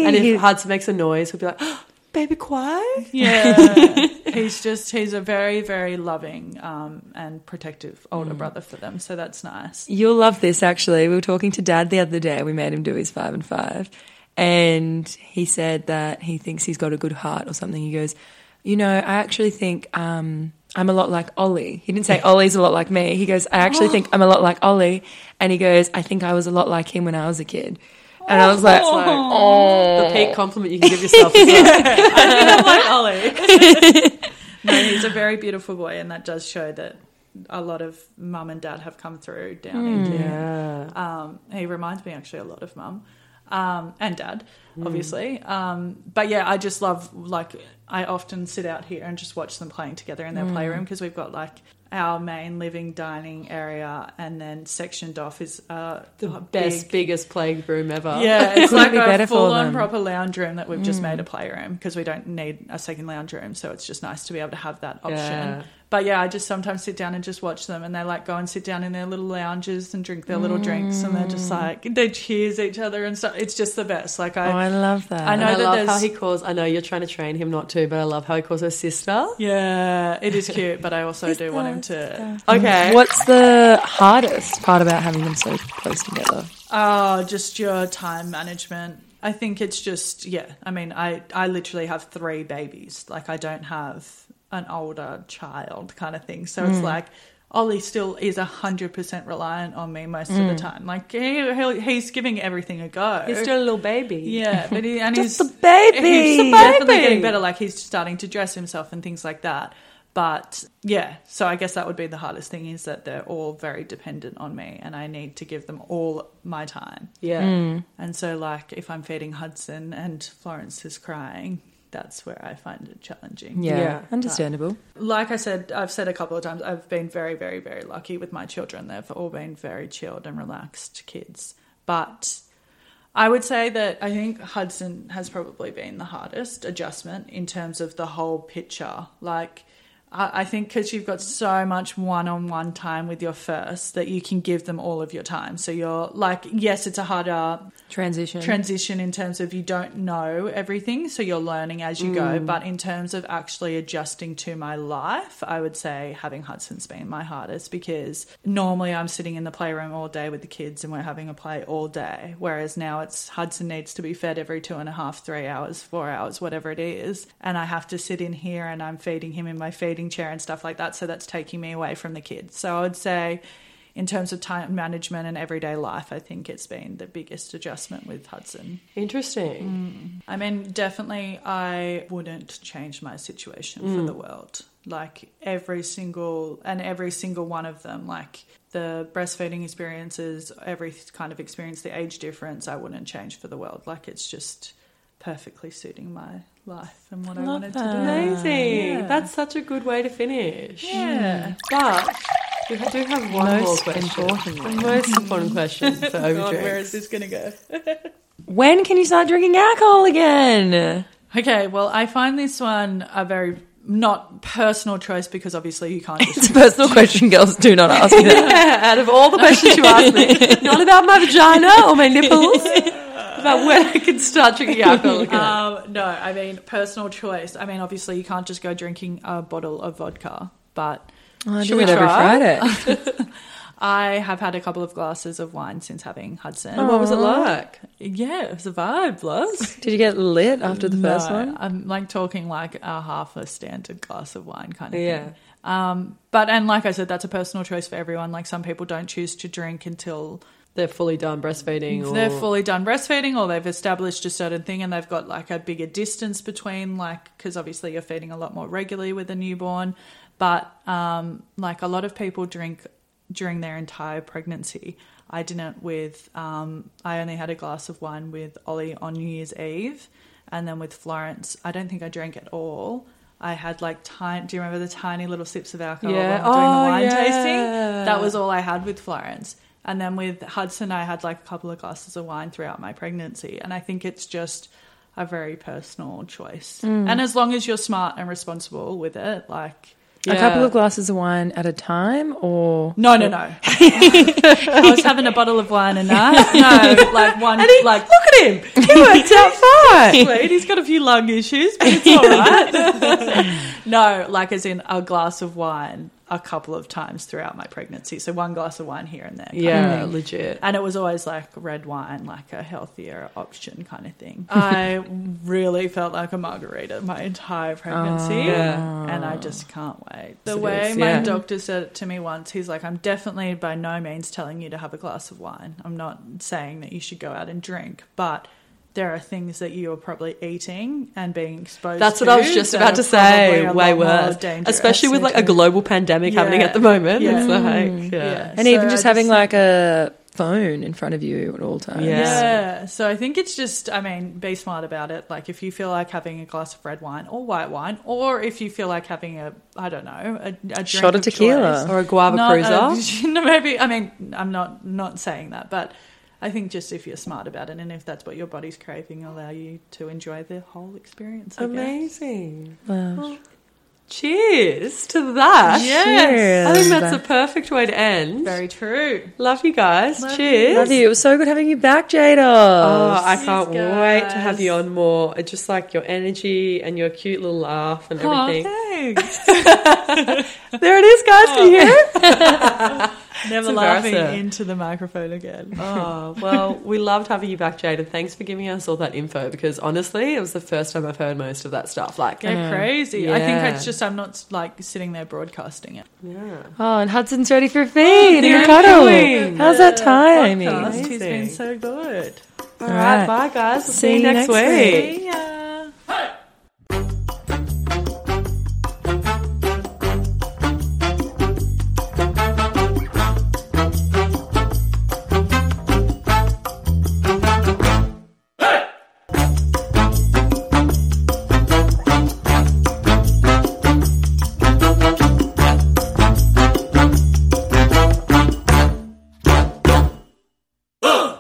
[SPEAKER 3] And if Hudson makes a noise, he'll be like, "Oh, "Baby, quiet."
[SPEAKER 4] Yeah, he's just he's a very very loving um, and protective older
[SPEAKER 1] Mm.
[SPEAKER 4] brother for them, so that's nice.
[SPEAKER 1] You'll love this actually. We were talking to dad the other day. We made him do his five and five. And he said that he thinks he's got a good heart or something. He goes, You know, I actually think um, I'm a lot like Ollie. He didn't say Ollie's a lot like me. He goes, I actually think I'm a lot like Ollie. And he goes, I think I was a lot like him when I was a kid. And I was like,
[SPEAKER 3] Like, the peak compliment you can give yourself. Is
[SPEAKER 4] I'm like Ollie. no, he's a very beautiful boy, and that does show that a lot of mum and dad have come through down into
[SPEAKER 3] Hmm. yeah.
[SPEAKER 4] Um, he reminds me actually a lot of mum um, and dad, obviously. Um, but yeah, I just love like I often sit out here and just watch them playing together in their
[SPEAKER 3] Hmm.
[SPEAKER 4] playroom because we've got like our main living dining area and then sectioned off is uh,
[SPEAKER 3] The
[SPEAKER 4] a
[SPEAKER 3] best,
[SPEAKER 4] big-
[SPEAKER 3] biggest playroom ever.
[SPEAKER 4] yeah, it's
[SPEAKER 1] Couldn't
[SPEAKER 4] like
[SPEAKER 1] be better for them.
[SPEAKER 4] a
[SPEAKER 1] Mm.
[SPEAKER 4] full-on proper lounge room that we've just made a playroom because we don't need a second lounge room, so it's just nice to be able to have that option.
[SPEAKER 3] Yeah.
[SPEAKER 4] But yeah, I just sometimes sit down and just watch them, and they like go and sit down in their little lounges and drink their little drinks, and they're just like they cheers each other and stuff. It's just the best. Like
[SPEAKER 1] Mm. Oh,
[SPEAKER 4] I,
[SPEAKER 1] I love that.
[SPEAKER 4] I
[SPEAKER 3] And
[SPEAKER 4] know
[SPEAKER 3] I
[SPEAKER 4] that
[SPEAKER 3] love how
[SPEAKER 4] there's-
[SPEAKER 3] he calls. I know you're trying to train him not to, but I love how he calls her sister.
[SPEAKER 4] yeah, it is cute, but I also do want him to
[SPEAKER 3] Okay.
[SPEAKER 1] What's the hardest part about having them so close together?
[SPEAKER 4] Oh, just your time management. I think it's just yeah. I mean, I I literally have three babies. Like I don't have an older child kind of thing. So it's like Ollie still is hundred percent reliant on me most of the time. Like he, he he's giving everything a go.
[SPEAKER 3] He's still a little baby.
[SPEAKER 4] yeah, but he, and he's
[SPEAKER 1] the baby.
[SPEAKER 4] He's
[SPEAKER 1] The
[SPEAKER 4] definitely
[SPEAKER 3] baby.
[SPEAKER 4] getting better. Like he's starting to dress himself and things like that. But yeah, so I guess that would be the hardest thing is that they're all very dependent on me, and I need to give them all my time.
[SPEAKER 3] Yeah.
[SPEAKER 1] Mm.
[SPEAKER 4] And so, like, if I'm feeding Hudson and Florence is crying, that's where I find it challenging.
[SPEAKER 1] Yeah,
[SPEAKER 3] Yeah.
[SPEAKER 1] understandable.
[SPEAKER 4] Like I said, I've said a couple of times, I've been very, very, very lucky with my children. They've all been very chilled and relaxed kids. But I would say that I think Hudson has probably been the hardest adjustment in terms of the whole picture. Like, I I think because you've got so much one on one time with your first that you can give them all of your time. So you're like, yes, it's a harder
[SPEAKER 1] Transition.
[SPEAKER 4] transition in terms of you don't know everything, so you're learning as you go. But in terms of actually adjusting to my life, I would say having Hudson's been my hardest because normally I'm sitting in the playroom all day with the kids and we're having a play all day. Whereas now it's Hudson needs to be fed every two and a half, three hours, four hours, whatever it is. And I have to sit in here and I'm feeding him in my feeding chair and stuff like that. So that's taking me away from the kids. So I would say in terms of time management and everyday life, I think it's been the biggest adjustment with Hudson.
[SPEAKER 3] Interesting.
[SPEAKER 4] I mean, definitely, I wouldn't change my situation for the world. Like every single and every single one of them, like the breastfeeding experiences, every kind of experience, the age difference, I wouldn't change for the world. Like it's just perfectly suiting my life and what I wanted to
[SPEAKER 3] Amazing.
[SPEAKER 4] Uh, yeah.
[SPEAKER 3] That's such a good way to finish.
[SPEAKER 4] do. Yeah.
[SPEAKER 3] But we ha- do have one more
[SPEAKER 1] Most
[SPEAKER 3] question.
[SPEAKER 1] importantly.
[SPEAKER 3] The most important question for
[SPEAKER 4] God, where
[SPEAKER 3] overdrinks.
[SPEAKER 4] is this going to go?
[SPEAKER 1] When can you start drinking alcohol again?
[SPEAKER 4] Okay, well, I find this one a very not personal choice because obviously you can't.
[SPEAKER 1] It's
[SPEAKER 4] Just,
[SPEAKER 1] a personal question, girls. Do not ask me that.
[SPEAKER 3] Out of all the questions you asked me, not about my vagina or my nipples, about when I could start drinking alcohol again.
[SPEAKER 4] um, no, I mean personal choice. I mean, obviously you can't just go drinking a bottle of vodka, but
[SPEAKER 1] Oh, I
[SPEAKER 4] Should
[SPEAKER 1] do
[SPEAKER 4] we
[SPEAKER 1] it every
[SPEAKER 4] try?
[SPEAKER 1] Friday.
[SPEAKER 4] I have had a couple of glasses of wine since having Hudson.
[SPEAKER 1] Oh,
[SPEAKER 3] what was it
[SPEAKER 4] Uh,
[SPEAKER 3] like?
[SPEAKER 4] Yeah, it was a vibe, Lars.
[SPEAKER 1] Did you get lit after the first
[SPEAKER 4] No,
[SPEAKER 1] one?
[SPEAKER 4] I'm like talking like a half a standard glass of wine kind of
[SPEAKER 3] Yeah.
[SPEAKER 4] thing. Um, but and like I said, that's a personal choice for everyone. Like some people don't choose to drink until
[SPEAKER 3] They're fully done breastfeeding or
[SPEAKER 4] they're fully done breastfeeding or they've established a certain thing and they've got like a bigger distance between like because obviously you're feeding a lot more regularly with a newborn but um, like a lot of people drink during their entire pregnancy i didn't with um, i only had a glass of wine with ollie on new year's eve and then with florence i don't think i drank at all I had like tiny. Do you remember the tiny little sips of alcohol when
[SPEAKER 3] Yeah.
[SPEAKER 4] we were doing
[SPEAKER 3] Oh,
[SPEAKER 4] the wine
[SPEAKER 3] yeah.
[SPEAKER 4] tasting? That was all I had with Florence. And then with Hudson, I had like a couple of glasses of wine throughout my pregnancy. And I think it's just a very personal choice.
[SPEAKER 3] Mm.
[SPEAKER 4] And as long as you're smart and responsible with it, like,
[SPEAKER 1] A couple of glasses of wine at a time, or
[SPEAKER 4] no, no, no. I was having a bottle of wine and that. No, like one, like,
[SPEAKER 3] Look at him. He works out fine.
[SPEAKER 4] Wait, he's got a few lung issues, but it's all right. no, like as in a glass of wine a couple of times throughout my pregnancy. So one glass of wine here and there. kind of
[SPEAKER 3] Yeah, legit.
[SPEAKER 4] and it was always like red wine, like a healthier option kind of thing. I really felt like a margarita my entire pregnancy,
[SPEAKER 3] Yeah.
[SPEAKER 4] Oh. and I just can't wait. The
[SPEAKER 3] Yes, it
[SPEAKER 4] way
[SPEAKER 3] is,
[SPEAKER 4] my
[SPEAKER 3] yeah.
[SPEAKER 4] doctor said it to me once, he's like, "I'm definitely by no means telling you to have a glass of wine. I'm not saying that you should go out and drink, but." There are things that you're probably eating and being exposed
[SPEAKER 3] That's
[SPEAKER 4] to.
[SPEAKER 3] what I was just
[SPEAKER 4] that
[SPEAKER 3] about
[SPEAKER 4] are
[SPEAKER 3] to say.
[SPEAKER 4] probably a
[SPEAKER 3] Way
[SPEAKER 4] lot more
[SPEAKER 3] worse.
[SPEAKER 4] dangerous
[SPEAKER 3] Especially with
[SPEAKER 4] and
[SPEAKER 3] like a
[SPEAKER 4] dangerous.
[SPEAKER 3] global pandemic happening
[SPEAKER 4] Yeah.
[SPEAKER 3] at the moment.
[SPEAKER 4] Yeah. Mm.
[SPEAKER 3] It's like, yeah.
[SPEAKER 4] Yeah.
[SPEAKER 1] and
[SPEAKER 4] So
[SPEAKER 1] even
[SPEAKER 4] I
[SPEAKER 1] just having
[SPEAKER 4] just-
[SPEAKER 1] like a phone in front of you at all times.
[SPEAKER 3] Yeah.
[SPEAKER 4] Yeah. So I think it's just, I mean, be smart about it. Like, if you feel like having a glass of red wine or white wine, or if you feel like having a, I don't know, a, a drink
[SPEAKER 1] Shot of tequila.
[SPEAKER 4] choice.
[SPEAKER 3] Or a guava
[SPEAKER 4] Not
[SPEAKER 3] cruiser.
[SPEAKER 4] a- no, maybe. I mean, I'm not not saying that, but I think just if you're smart about it, and if that's what your body's craving, allow you to enjoy the whole experience. I guess.
[SPEAKER 3] Amazing.
[SPEAKER 1] Wow.
[SPEAKER 3] Cheers to that.
[SPEAKER 1] Cheers.
[SPEAKER 3] I think that's a perfect way to end.
[SPEAKER 4] Very true.
[SPEAKER 3] Love you guys.
[SPEAKER 4] Love
[SPEAKER 3] Cheers.
[SPEAKER 1] Love you. It was so good having you back, Jada.
[SPEAKER 3] Oh, I can't
[SPEAKER 4] Cheers,
[SPEAKER 3] wait
[SPEAKER 4] guys.
[SPEAKER 3] to have you on more. It's just like your energy and your cute little laugh and everything.
[SPEAKER 4] Oh, thanks.
[SPEAKER 3] there it is, guys. Can you hear it?
[SPEAKER 4] Never
[SPEAKER 3] It's
[SPEAKER 4] laughing
[SPEAKER 3] embarrassing.
[SPEAKER 4] into the microphone again.
[SPEAKER 3] Oh, well, we loved having you back, Jade, and thanks for giving us all that info because honestly, it was the first time I've heard most of that stuff. Like,
[SPEAKER 4] They're crazy. I
[SPEAKER 3] Yeah.
[SPEAKER 4] think it's just I'm not like sitting there broadcasting it.
[SPEAKER 3] yeah.
[SPEAKER 1] Oh, and Hudson's ready for feed in
[SPEAKER 3] they're
[SPEAKER 1] the cuddle.
[SPEAKER 3] going.
[SPEAKER 1] How's that timing?
[SPEAKER 4] Podcast. He's
[SPEAKER 3] Amazing.
[SPEAKER 4] Oh, been so good.
[SPEAKER 3] All right,
[SPEAKER 1] right.
[SPEAKER 3] bye, guys. We'll see,
[SPEAKER 1] See
[SPEAKER 3] you
[SPEAKER 1] you next
[SPEAKER 3] next, week.
[SPEAKER 1] week.
[SPEAKER 4] uh,